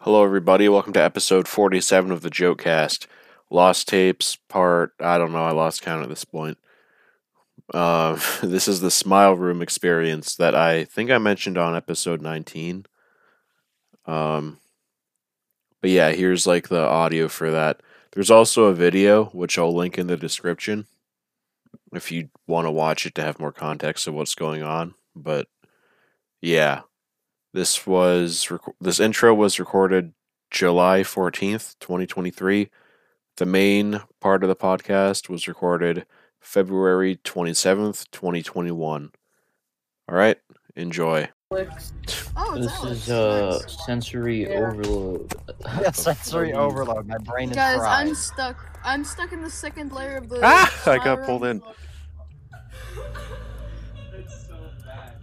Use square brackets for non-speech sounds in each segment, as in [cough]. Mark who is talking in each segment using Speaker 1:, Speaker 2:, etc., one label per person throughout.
Speaker 1: Hello, everybody. Welcome to episode 47 of the Jokecast. Lost tapes, part, I don't know, I lost count at this point. Uh, [laughs] this is the smile room experience that I think I mentioned on episode 19. Um, but yeah, here's like the audio for that. There's also a video, which I'll link in the description if you want to watch it to have more context of what's going on. But yeah, this was rec- this intro was recorded July 14th, 2023. The main part of the podcast was recorded February 27th, 2021. All right, enjoy.
Speaker 2: Oh,
Speaker 3: This is uh sensory
Speaker 2: Yeah.
Speaker 3: overload.
Speaker 4: Yeah, sensory
Speaker 3: Fucking-
Speaker 4: overload. My brain is
Speaker 2: guys,
Speaker 4: fried.
Speaker 2: I'm stuck. I'm stuck in the second layer of the.
Speaker 1: Ah, I got
Speaker 2: spiral.
Speaker 1: pulled in.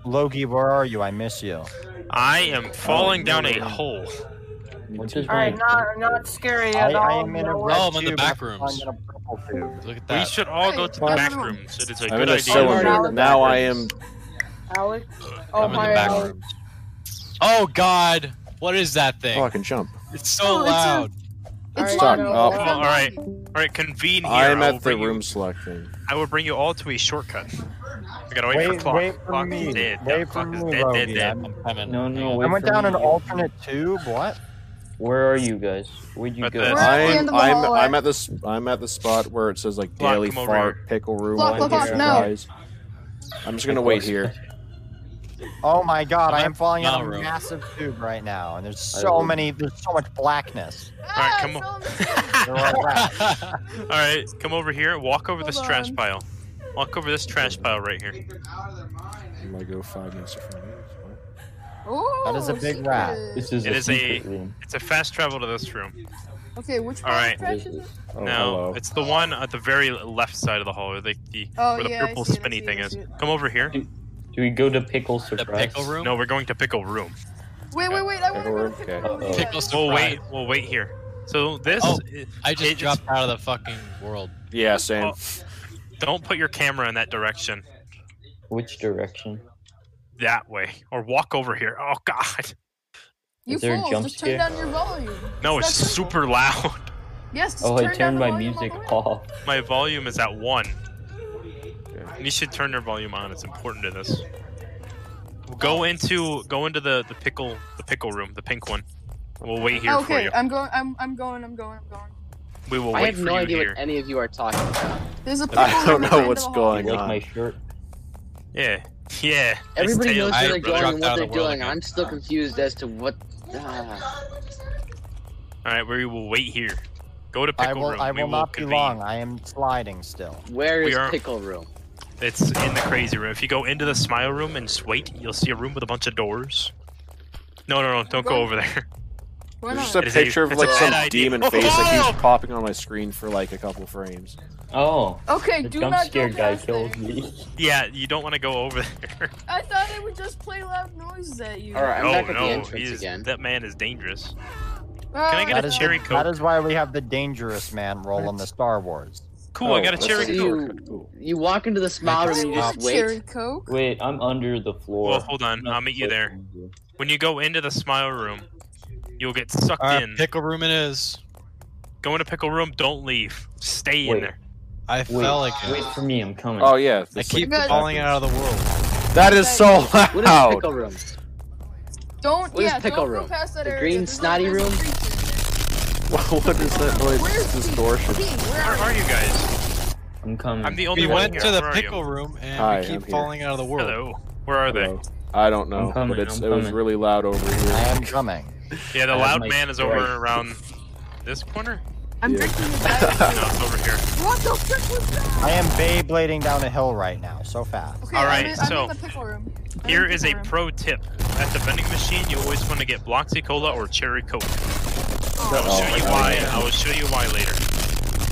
Speaker 4: Loki, where are you? I miss you.
Speaker 5: I
Speaker 1: Oh,
Speaker 5: am falling down a hole.
Speaker 3: What does
Speaker 6: All right,
Speaker 3: my
Speaker 6: not not scary
Speaker 4: I,
Speaker 6: at all.
Speaker 4: I am in a
Speaker 6: no
Speaker 4: red
Speaker 7: Oh, I'm in the
Speaker 4: tube,
Speaker 7: back
Speaker 4: I'm
Speaker 7: rooms.
Speaker 4: in a purple tube.
Speaker 7: Look at
Speaker 5: We
Speaker 7: that.
Speaker 5: should all go to the
Speaker 2: Hey,
Speaker 5: back
Speaker 2: everyone.
Speaker 5: rooms. It is a
Speaker 1: I'm in
Speaker 5: good
Speaker 1: a
Speaker 5: idea.
Speaker 6: already in
Speaker 1: cylinder.
Speaker 6: the
Speaker 1: Now I am.
Speaker 6: Alex. Oh
Speaker 7: I'm in the
Speaker 6: my
Speaker 7: back
Speaker 6: Alex.
Speaker 7: room. Oh god, what is that thing?
Speaker 1: Oh, I can jump.
Speaker 7: It's
Speaker 2: Oh,
Speaker 7: so
Speaker 2: it's a-
Speaker 7: loud.
Speaker 2: It's
Speaker 1: Stuck.
Speaker 2: locked.
Speaker 1: Oh.
Speaker 2: It's
Speaker 5: Well, all right.
Speaker 2: unlocked.
Speaker 5: All right, convene here.
Speaker 1: I'm
Speaker 5: I will
Speaker 1: at the
Speaker 5: bring you-
Speaker 1: room selecting.
Speaker 5: I will bring you all to a shortcut. I gotta wait,
Speaker 4: Wait,
Speaker 5: for clock.
Speaker 4: wait for
Speaker 5: clock
Speaker 4: me.
Speaker 5: is dead.
Speaker 4: Wait
Speaker 5: Yeah,
Speaker 4: for
Speaker 5: clock is
Speaker 4: me,
Speaker 5: dead, dead,
Speaker 4: Rogi.
Speaker 5: dead.
Speaker 4: I'm-
Speaker 7: I'm in.
Speaker 3: No,
Speaker 7: hang
Speaker 3: no,
Speaker 7: on.
Speaker 4: I
Speaker 3: wait
Speaker 4: went
Speaker 3: for
Speaker 4: down an
Speaker 3: me.
Speaker 4: alternate tube. What?
Speaker 3: Where are you guys? Where'd you
Speaker 5: Right
Speaker 3: go?
Speaker 5: there.
Speaker 2: We're at the end
Speaker 1: I'm
Speaker 2: of the
Speaker 1: I'm
Speaker 2: hallway.
Speaker 1: I'm at this I'm at the spot where it says like
Speaker 5: Flock,
Speaker 1: daily
Speaker 5: come over
Speaker 1: fart pickle room.
Speaker 2: Flock,
Speaker 1: like,
Speaker 2: flock,
Speaker 1: get
Speaker 2: no.
Speaker 1: supplies. I'm just gonna wait here.
Speaker 4: Oh my god, I
Speaker 7: I'm
Speaker 4: am falling
Speaker 7: not
Speaker 4: on a
Speaker 7: rogue.
Speaker 4: massive tube right now, and there's
Speaker 3: I
Speaker 4: so
Speaker 3: rogue.
Speaker 4: many, there's so much blackness.
Speaker 2: Ah,
Speaker 5: come
Speaker 2: it's
Speaker 5: on.
Speaker 2: on the-
Speaker 4: They're all red.
Speaker 5: All right, come over here. Walk over this
Speaker 2: Hold
Speaker 5: trash
Speaker 2: on.
Speaker 5: pile. Walk over this trash pile right here.
Speaker 1: I'm gonna go five minutes in front of you.
Speaker 2: Ooh,
Speaker 4: That is a big rat.
Speaker 2: secret.
Speaker 3: This is
Speaker 5: It
Speaker 3: a
Speaker 5: is a-
Speaker 3: secret room.
Speaker 5: It's a fast travel to this room.
Speaker 2: Okay, which
Speaker 5: All
Speaker 2: one
Speaker 5: right.
Speaker 2: trash is it?
Speaker 1: Oh,
Speaker 5: no,
Speaker 1: hello.
Speaker 5: it's the one at the very left side of the hallway, the, the
Speaker 2: Oh,
Speaker 5: where the
Speaker 2: yeah, I
Speaker 5: purple
Speaker 2: see it, I
Speaker 5: spinny
Speaker 2: see it,
Speaker 5: thing
Speaker 2: I
Speaker 5: is.
Speaker 2: see it.
Speaker 5: Come over here.
Speaker 3: Do we go to pickle
Speaker 7: The
Speaker 3: surprise?
Speaker 7: pickle room?
Speaker 5: No, we're going to pickle room.
Speaker 2: Wait, wait, wait! I want to go to
Speaker 1: Okay.
Speaker 2: pickle
Speaker 5: Oh.
Speaker 2: room.
Speaker 3: Uh-oh.
Speaker 2: again.
Speaker 7: Pickle surprise.
Speaker 5: We'll wait. We'll wait here. So this.
Speaker 7: Oh.
Speaker 5: i-
Speaker 7: I
Speaker 5: It-
Speaker 7: just
Speaker 5: it's-
Speaker 7: dropped out of the fucking world.
Speaker 1: Yeah, same.
Speaker 5: Oh. Don't put your camera in that direction.
Speaker 3: Which direction?
Speaker 5: That way. Or walk over here. Oh, God.
Speaker 2: You
Speaker 3: Is there a
Speaker 2: fools!
Speaker 3: jump
Speaker 2: just
Speaker 3: scare?
Speaker 2: turn down your volume.
Speaker 5: No, it's
Speaker 2: That's it.
Speaker 5: super loud. [laughs]
Speaker 2: Yes, just
Speaker 3: Oh,
Speaker 2: turn
Speaker 3: I
Speaker 2: down
Speaker 3: turned
Speaker 2: the
Speaker 3: my
Speaker 2: volume all
Speaker 3: music
Speaker 2: the way.
Speaker 3: off.
Speaker 5: My volume is at one. You should turn your volume on. It's important to this.
Speaker 8: Oh.
Speaker 5: Go into go into the, the pickle the pickle room, the pink one. We'll wait here for
Speaker 2: okay,
Speaker 5: you.
Speaker 2: I'm going. I'm I'm going. I'm going. I'm going.
Speaker 5: We will
Speaker 8: I
Speaker 5: wait
Speaker 8: have
Speaker 5: for
Speaker 8: no
Speaker 5: you
Speaker 8: idea
Speaker 5: here.
Speaker 8: what any of you are talking about.
Speaker 2: There's a pickle
Speaker 1: I don't
Speaker 2: room at the
Speaker 1: know
Speaker 2: end
Speaker 1: what's
Speaker 2: of the hall.
Speaker 3: You
Speaker 1: going
Speaker 3: like
Speaker 1: on.
Speaker 3: my shirt?
Speaker 5: Yeah. Yeah. It's
Speaker 8: Everybody
Speaker 5: tail-
Speaker 8: knows where
Speaker 7: I
Speaker 8: they're
Speaker 7: dropped
Speaker 8: going and
Speaker 7: out
Speaker 8: what
Speaker 7: of
Speaker 8: they're
Speaker 7: the world
Speaker 8: doing.
Speaker 7: again.
Speaker 8: I'm still confused as to what. ah.
Speaker 5: Alright, we will wait here. Go to
Speaker 4: I
Speaker 5: pickle
Speaker 4: will,
Speaker 5: room.
Speaker 4: I
Speaker 5: we
Speaker 4: will not be
Speaker 5: convene.
Speaker 4: long. I am sliding still.
Speaker 8: where
Speaker 5: We
Speaker 8: is
Speaker 5: are-
Speaker 8: pickle room?
Speaker 5: It's in the crazy room. If you go into the smile room and just wait, you'll see a room with a bunch of doors. No, no, no! Don't go over there. [laughs]
Speaker 2: Why
Speaker 1: There's just a
Speaker 2: not?
Speaker 5: It is a-
Speaker 1: picture of
Speaker 5: it's
Speaker 1: like
Speaker 5: a
Speaker 1: some
Speaker 5: bad idea.
Speaker 1: demon face that
Speaker 5: Oh!
Speaker 1: keeps popping on my screen for like a couple frames.
Speaker 3: Oh,
Speaker 2: Okay,
Speaker 3: the
Speaker 2: do
Speaker 3: jump
Speaker 2: not
Speaker 3: scare
Speaker 2: go
Speaker 3: guy
Speaker 2: past there.
Speaker 3: killed me. [laughs]
Speaker 5: Yeah, you don't want to go over there.
Speaker 2: I thought it would just play loud noises at you.
Speaker 8: All right, [laughs] I'm
Speaker 5: no,
Speaker 8: back at
Speaker 5: no,
Speaker 8: the entrance
Speaker 5: he's-
Speaker 8: again.
Speaker 5: that man is dangerous.
Speaker 2: Can
Speaker 5: I get
Speaker 4: That
Speaker 5: a
Speaker 4: is,
Speaker 5: cherry
Speaker 4: the-
Speaker 5: coke?
Speaker 4: that is why we have the dangerous man role in the Star Wars.
Speaker 5: Cool, I got a
Speaker 1: that's
Speaker 5: cherry
Speaker 8: see
Speaker 1: cool.
Speaker 5: coke.
Speaker 8: you. You walk into the smile room and you just
Speaker 2: Cherry
Speaker 8: wait.
Speaker 2: Coke.
Speaker 3: Wait, I'm under the floor.
Speaker 5: Well, hold on, I'll meet you there. When you go into the smile room, you'll get sucked
Speaker 7: Alright,
Speaker 5: in.
Speaker 7: pickle room it is.
Speaker 5: go into pickle room, don't leave. Stay
Speaker 3: Wait.
Speaker 5: in there.
Speaker 7: I
Speaker 3: Wait,
Speaker 7: fell again.
Speaker 3: wait for me. I'm coming.
Speaker 1: Oh yeah,
Speaker 7: I
Speaker 1: this-
Speaker 7: keep
Speaker 2: like-
Speaker 7: falling out of the world.
Speaker 1: that is so
Speaker 8: What is
Speaker 1: loud.
Speaker 8: pickle room?
Speaker 2: Don't
Speaker 8: What is
Speaker 2: yeah,
Speaker 8: pickle
Speaker 2: don't
Speaker 8: room?
Speaker 2: Go past that
Speaker 8: The
Speaker 2: area.
Speaker 8: green
Speaker 2: There's a
Speaker 8: snotty
Speaker 2: little
Speaker 8: room?
Speaker 2: creature in
Speaker 8: [laughs]
Speaker 1: what is that
Speaker 2: there.
Speaker 1: noise?
Speaker 2: Where's
Speaker 1: It's
Speaker 2: Pete?
Speaker 1: distortion.
Speaker 2: Pete, where
Speaker 5: Where
Speaker 2: are
Speaker 5: are you guys?
Speaker 3: I'm coming.
Speaker 5: I'm the
Speaker 7: We
Speaker 5: only one
Speaker 7: went
Speaker 5: here.
Speaker 7: to the
Speaker 5: Where are you?
Speaker 7: pickle room and
Speaker 1: Hi,
Speaker 7: we
Speaker 1: I'm
Speaker 7: keep
Speaker 1: here.
Speaker 7: falling out of the world.
Speaker 5: Hello. Where are they?
Speaker 1: Hello. I don't know,
Speaker 3: I'm coming,
Speaker 1: but it's,
Speaker 3: I'm
Speaker 1: it was
Speaker 3: coming.
Speaker 1: really loud over
Speaker 4: I
Speaker 1: here.
Speaker 4: am coming.
Speaker 5: Yeah, the
Speaker 3: I have
Speaker 5: loud
Speaker 3: my
Speaker 5: man is over
Speaker 3: Sprite.
Speaker 5: around this corner?
Speaker 2: you? I'm
Speaker 1: Yeah.
Speaker 2: drinking
Speaker 8: [laughs]
Speaker 2: a diet.
Speaker 5: No, it's over here.
Speaker 2: Coke. what the frick was that?
Speaker 4: I am Beyblading down a hill right now, so fast.
Speaker 2: Okay,
Speaker 5: All
Speaker 2: I'm
Speaker 5: right,
Speaker 2: in- I'm
Speaker 5: so,
Speaker 2: in the pickle room. I'm in
Speaker 5: Here
Speaker 2: the
Speaker 5: is a
Speaker 2: pickle room.
Speaker 5: pro tip. At the vending machine, you always want to get Bloxy Cola or Cherry Coke. I will
Speaker 1: Oh,
Speaker 5: show you
Speaker 1: okay.
Speaker 5: why. I will show you why later.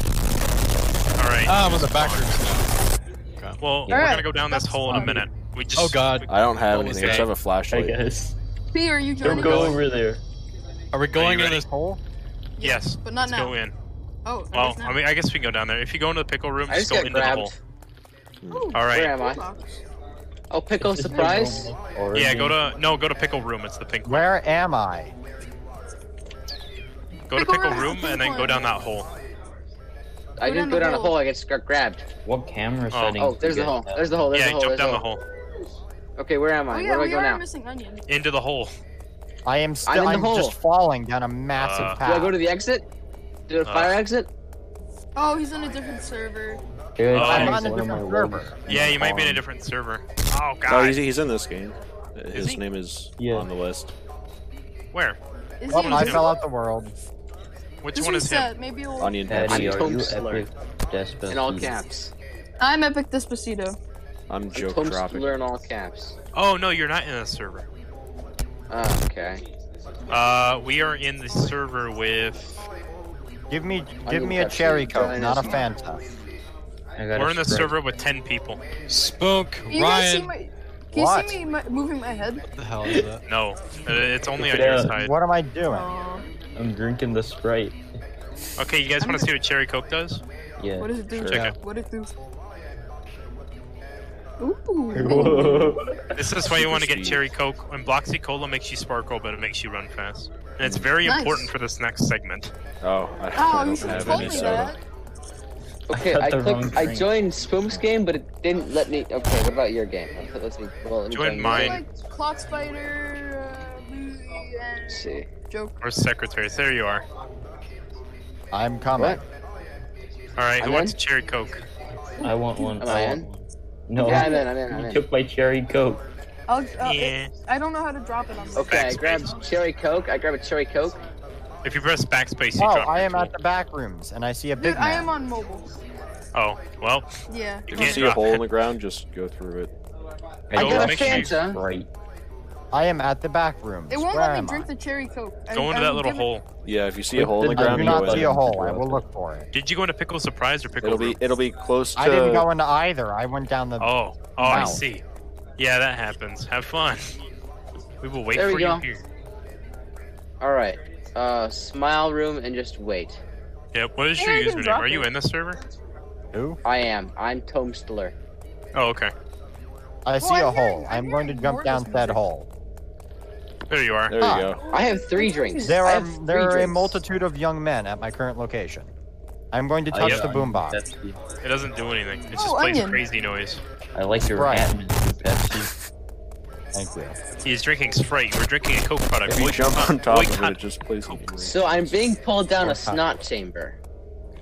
Speaker 5: All right.
Speaker 7: Ah, I'm in the back room now.
Speaker 5: Well, we're
Speaker 2: Alright,
Speaker 5: gonna go down this
Speaker 2: that's
Speaker 5: hole in a
Speaker 2: fine.
Speaker 5: minute. We just.
Speaker 7: Oh god.
Speaker 1: I don't have
Speaker 7: What was
Speaker 1: anything. I just
Speaker 5: that?
Speaker 1: have a
Speaker 3: I
Speaker 1: flashlight.
Speaker 3: guess.
Speaker 2: P, are you
Speaker 3: Don't
Speaker 2: joining?
Speaker 3: go
Speaker 2: us?
Speaker 3: over there.
Speaker 7: Are we going in
Speaker 5: ready?
Speaker 7: this
Speaker 4: Hole?
Speaker 5: Yes.
Speaker 2: But not
Speaker 5: Let's
Speaker 2: now.
Speaker 5: go in.
Speaker 2: Oh, I
Speaker 5: Well,
Speaker 2: guess not.
Speaker 5: I mean, I guess we can go down there. If you go into the pickle room,
Speaker 8: I
Speaker 5: just
Speaker 8: just
Speaker 5: go
Speaker 8: got
Speaker 5: into the hole.
Speaker 8: grabbed.
Speaker 2: Ooh,
Speaker 5: All
Speaker 8: Where
Speaker 5: right.
Speaker 8: am I?
Speaker 2: Xbox.
Speaker 8: Oh, pickle
Speaker 3: Is this the
Speaker 8: surprise.
Speaker 3: normal origin?
Speaker 5: Yeah. Go to no. Go to pickle room. It's the pink. one.
Speaker 4: Where am I?
Speaker 5: Go to
Speaker 2: Pickle
Speaker 5: pickle
Speaker 2: room,
Speaker 5: room and then go down that hole.
Speaker 8: I didn't go down a hole. I just got grabbed.
Speaker 3: What camera
Speaker 5: Oh.
Speaker 3: settings?
Speaker 8: Oh, there's
Speaker 3: do
Speaker 8: the
Speaker 3: you
Speaker 8: hole.
Speaker 3: guys have?
Speaker 8: There's the hole. There's
Speaker 5: yeah,
Speaker 8: the hole.
Speaker 5: jump
Speaker 8: there's
Speaker 5: down the hole.
Speaker 8: Okay, where am
Speaker 2: Oh
Speaker 8: I?
Speaker 2: yeah,
Speaker 8: where
Speaker 2: we
Speaker 8: do I
Speaker 2: are
Speaker 8: go now?
Speaker 2: missing onion.
Speaker 5: Into the hole.
Speaker 4: I am still.
Speaker 8: I'm in
Speaker 4: I'm,
Speaker 8: the hole.
Speaker 4: just falling down a massive
Speaker 5: Uh,
Speaker 8: Do
Speaker 4: path.
Speaker 8: I go to the exit? Do I
Speaker 5: Uh,
Speaker 8: fire exit?
Speaker 2: Oh, he's on a different server.
Speaker 3: Dude,
Speaker 5: Oh.
Speaker 3: I'm
Speaker 5: I'm
Speaker 4: on a
Speaker 3: one of my
Speaker 4: different
Speaker 3: legs
Speaker 4: server.
Speaker 3: and
Speaker 5: Yeah,
Speaker 3: my
Speaker 5: you might be in a
Speaker 3: arm.
Speaker 5: different server. Oh
Speaker 1: Oh,
Speaker 5: god.
Speaker 1: he's, he's in this game. His
Speaker 5: he?
Speaker 1: name is
Speaker 3: Yeah.
Speaker 1: on the list.
Speaker 5: Where?
Speaker 2: Is
Speaker 4: Well,
Speaker 2: he?
Speaker 4: I
Speaker 5: him.
Speaker 4: fell out the world.
Speaker 5: Which
Speaker 2: Just
Speaker 5: one is
Speaker 6: uh,
Speaker 5: him?
Speaker 2: reset. Maybe we'll.
Speaker 1: Onion
Speaker 3: Patty,
Speaker 1: Pepsi.
Speaker 8: I'm
Speaker 3: are you
Speaker 8: Toadstooler.
Speaker 3: epic despot?
Speaker 8: In all caps.
Speaker 2: I'm Epic Despacito.
Speaker 1: I'm
Speaker 8: I'm
Speaker 1: joke dropping.
Speaker 8: Toadstooler in all caps.
Speaker 5: Oh no, you're not in a server.
Speaker 8: Oh, okay.
Speaker 5: Uh, we are in the server with.
Speaker 4: Give me, give
Speaker 8: need
Speaker 4: me a
Speaker 8: Pepsi.
Speaker 4: cherry
Speaker 8: Join
Speaker 4: coke,
Speaker 8: us.
Speaker 4: not a Fanta.
Speaker 3: I got
Speaker 5: We're in the
Speaker 3: Sprite.
Speaker 5: server with ten people.
Speaker 7: Spook,
Speaker 2: Can you guys see
Speaker 7: Ryan.
Speaker 2: my? Can
Speaker 4: What?
Speaker 2: you see me mo- moving my head?
Speaker 7: What the hell is
Speaker 5: [laughs]
Speaker 7: that?
Speaker 5: No, uh, it's only on
Speaker 3: Check it
Speaker 5: your
Speaker 3: out.
Speaker 5: side.
Speaker 4: What am I doing?
Speaker 2: Aw.
Speaker 3: I'm drinking the Sprite.
Speaker 5: Okay, you guys want to see what cherry coke does?
Speaker 3: Yeah.
Speaker 2: What does it do?
Speaker 1: Check
Speaker 5: it.
Speaker 2: What it do? Ooh.
Speaker 3: Whoa.
Speaker 5: This is why you
Speaker 1: Super
Speaker 5: want to get
Speaker 1: speed.
Speaker 5: cherry coke. When Bloxy Cola makes you sparkle, but it makes you run fast, and it's very
Speaker 2: Nice.
Speaker 5: important for this next segment.
Speaker 1: Oh, I
Speaker 2: Oh, you
Speaker 1: don't
Speaker 2: should have
Speaker 1: have
Speaker 2: told
Speaker 1: any
Speaker 2: me
Speaker 1: soda.
Speaker 2: that.
Speaker 8: Okay,
Speaker 3: got
Speaker 8: I,
Speaker 3: the wrong
Speaker 8: clicked. I
Speaker 3: drink.
Speaker 8: joined Spoom's game, but it didn't let me. Okay, what about your game? Let's see. Well, let me
Speaker 5: Join
Speaker 8: yours.
Speaker 5: mine.
Speaker 2: Like Clock Spider, uh, Louie, and
Speaker 8: Let's see.
Speaker 2: Joker.
Speaker 5: Or secretaries, there you are. All
Speaker 4: I'm coming.
Speaker 8: What?
Speaker 5: right, who
Speaker 8: I'm
Speaker 5: wants
Speaker 8: in?
Speaker 5: a cherry coke?
Speaker 3: I want one.
Speaker 8: Am
Speaker 3: I
Speaker 8: I
Speaker 3: want
Speaker 8: in?
Speaker 3: one. No.
Speaker 8: Yeah, I'm in. I'm in. I'm
Speaker 3: You
Speaker 8: in.
Speaker 3: took my cherry coke.
Speaker 2: I'll, uh, it-
Speaker 5: Yeah.
Speaker 2: I don't know how to drop it on this.
Speaker 8: Okay, I
Speaker 5: Backspace.
Speaker 8: grabbed cherry coke. I grab a cherry coke.
Speaker 5: If you press backspace, you
Speaker 4: Oh,
Speaker 5: drop.
Speaker 4: I
Speaker 5: your
Speaker 4: am at
Speaker 5: tool.
Speaker 4: the back rooms, and I see a
Speaker 2: Dude,
Speaker 4: big
Speaker 2: I am
Speaker 4: man.
Speaker 2: on mobile.
Speaker 5: Oh, well,
Speaker 2: Yeah.
Speaker 1: If you
Speaker 5: Can't
Speaker 1: see a
Speaker 5: drop
Speaker 1: hole
Speaker 5: it.
Speaker 1: in the ground, just go through it.
Speaker 8: I
Speaker 5: Go
Speaker 8: got a
Speaker 5: make sure you-
Speaker 8: Fanta.
Speaker 3: Sprite.
Speaker 4: I am at the back rooms.
Speaker 2: It won't
Speaker 4: Where
Speaker 2: let
Speaker 4: am
Speaker 2: me drink
Speaker 4: I?
Speaker 2: the cherry coke. I-
Speaker 5: go into
Speaker 2: I'm
Speaker 5: that little
Speaker 2: given-
Speaker 5: hole.
Speaker 1: Yeah, if you see a
Speaker 3: Click
Speaker 1: hole in
Speaker 3: the
Speaker 1: the
Speaker 4: I
Speaker 1: ground,
Speaker 4: do
Speaker 1: you
Speaker 4: not
Speaker 1: go
Speaker 4: see
Speaker 1: in.
Speaker 4: a hole. I will look for it.
Speaker 5: Did you go into pickle surprise or pickle
Speaker 1: It'll be
Speaker 5: room?
Speaker 1: it'll be close to.
Speaker 4: I didn't go into either. I went down the.
Speaker 5: Oh, oh, I
Speaker 4: Wow.
Speaker 5: see. Yeah, that happens. Have fun. We will wait
Speaker 8: There we
Speaker 5: for
Speaker 8: go.
Speaker 5: you here.
Speaker 8: All right. Uh, smile room and just wait.
Speaker 5: Yep. What is
Speaker 2: Yeah,
Speaker 5: your
Speaker 2: I can
Speaker 5: username?
Speaker 2: drop
Speaker 5: Are you
Speaker 2: it.
Speaker 5: in the server?
Speaker 4: Who?
Speaker 8: I am. I'm Toadstooler.
Speaker 5: Oh, okay.
Speaker 4: I see
Speaker 2: Well,
Speaker 4: a
Speaker 2: I'm hearing-
Speaker 4: hole.
Speaker 2: I'm
Speaker 4: I'm going to
Speaker 2: hearing
Speaker 4: jump down
Speaker 2: gorgeous
Speaker 4: that
Speaker 2: music.
Speaker 4: hole.
Speaker 5: There you are.
Speaker 1: There you
Speaker 4: Ah.
Speaker 1: go.
Speaker 8: I have three drinks.
Speaker 4: There
Speaker 8: I
Speaker 4: are
Speaker 8: have three
Speaker 4: there are a
Speaker 8: drinks.
Speaker 4: multitude of young men at my current location. I'm going to
Speaker 3: I
Speaker 4: touch
Speaker 5: Oh, yeah.
Speaker 4: the boombox.
Speaker 3: That's the-
Speaker 5: It doesn't do anything. It just
Speaker 2: Oh,
Speaker 5: plays
Speaker 2: onion.
Speaker 5: crazy noise.
Speaker 3: I like your
Speaker 4: Sprite.
Speaker 3: atmosphere, Pepsi.
Speaker 4: Thank you.
Speaker 5: He's drinking Sprite. We're drinking a Coke product.
Speaker 1: If you
Speaker 5: Boycott-
Speaker 1: jump on top of
Speaker 5: boycott
Speaker 1: it, it just plays. in the
Speaker 8: So I'm being pulled down
Speaker 4: Or
Speaker 8: a snot chamber.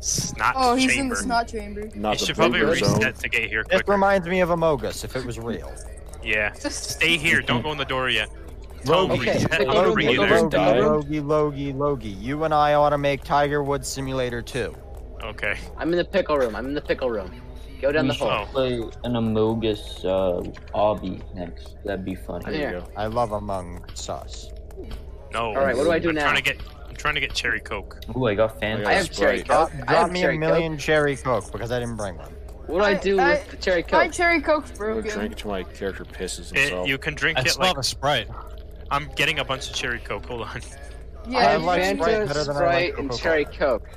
Speaker 5: Snot
Speaker 2: Oh, he's in
Speaker 5: chamber.
Speaker 2: the
Speaker 5: [laughs]
Speaker 2: snot chamber.
Speaker 1: Not
Speaker 5: you
Speaker 1: the
Speaker 5: should probably
Speaker 1: blooper
Speaker 5: reset
Speaker 1: zone.
Speaker 5: to get here
Speaker 4: This
Speaker 5: quicker.
Speaker 4: reminds me of Amogus if it was
Speaker 5: [laughs]
Speaker 4: real.
Speaker 5: Yeah.
Speaker 2: Just
Speaker 5: Stay here. Don't go in the door yet. Tell
Speaker 4: Logie,
Speaker 8: Okay,
Speaker 5: reset.
Speaker 8: pickle
Speaker 5: I'll
Speaker 8: room,
Speaker 5: bring you
Speaker 8: pickle
Speaker 5: there.
Speaker 8: room.
Speaker 4: Logie,
Speaker 8: die.
Speaker 4: Logie, Logie, Logie. You and I ought to make Tiger Woods Simulator 2.
Speaker 5: Okay.
Speaker 8: I'm in the pickle room. I'm in the pickle room. Go down
Speaker 3: we
Speaker 8: the
Speaker 3: should
Speaker 5: Oh,
Speaker 8: hole.
Speaker 3: play an Amogus uh, obby next. That'd be
Speaker 1: There
Speaker 3: funny.
Speaker 1: you
Speaker 8: Yeah.
Speaker 1: go.
Speaker 4: I love Among Us.
Speaker 5: No.
Speaker 8: All right, what do I do
Speaker 5: I'm
Speaker 8: now?
Speaker 5: Trying to get, I'm trying to get cherry Coke.
Speaker 3: Ooh, I got fan.
Speaker 1: Yeah.
Speaker 8: I have cherry
Speaker 4: Drop,
Speaker 8: coke. Oh, I
Speaker 4: drop
Speaker 8: have
Speaker 4: me a
Speaker 8: cherry
Speaker 4: million cherry coke because I didn't bring one.
Speaker 8: coke. What do I
Speaker 2: I-
Speaker 8: do
Speaker 2: I-
Speaker 8: with the cherry
Speaker 2: My
Speaker 8: coke?
Speaker 2: cherry coke's
Speaker 1: I'm
Speaker 2: broken.
Speaker 1: gonna drink till my character pisses
Speaker 5: It-
Speaker 1: himself.
Speaker 5: Eh, you can drink
Speaker 7: I
Speaker 5: it
Speaker 7: smell
Speaker 5: like
Speaker 7: a Sprite.
Speaker 5: I'm getting a bunch of cherry Coke. Hold on.
Speaker 2: Yeah,
Speaker 8: I have
Speaker 2: you
Speaker 4: like
Speaker 2: drink-
Speaker 4: Sprite
Speaker 8: Fanta,
Speaker 4: better than I like
Speaker 8: Sprite, and
Speaker 4: Coca-Cola.
Speaker 8: cherry coke.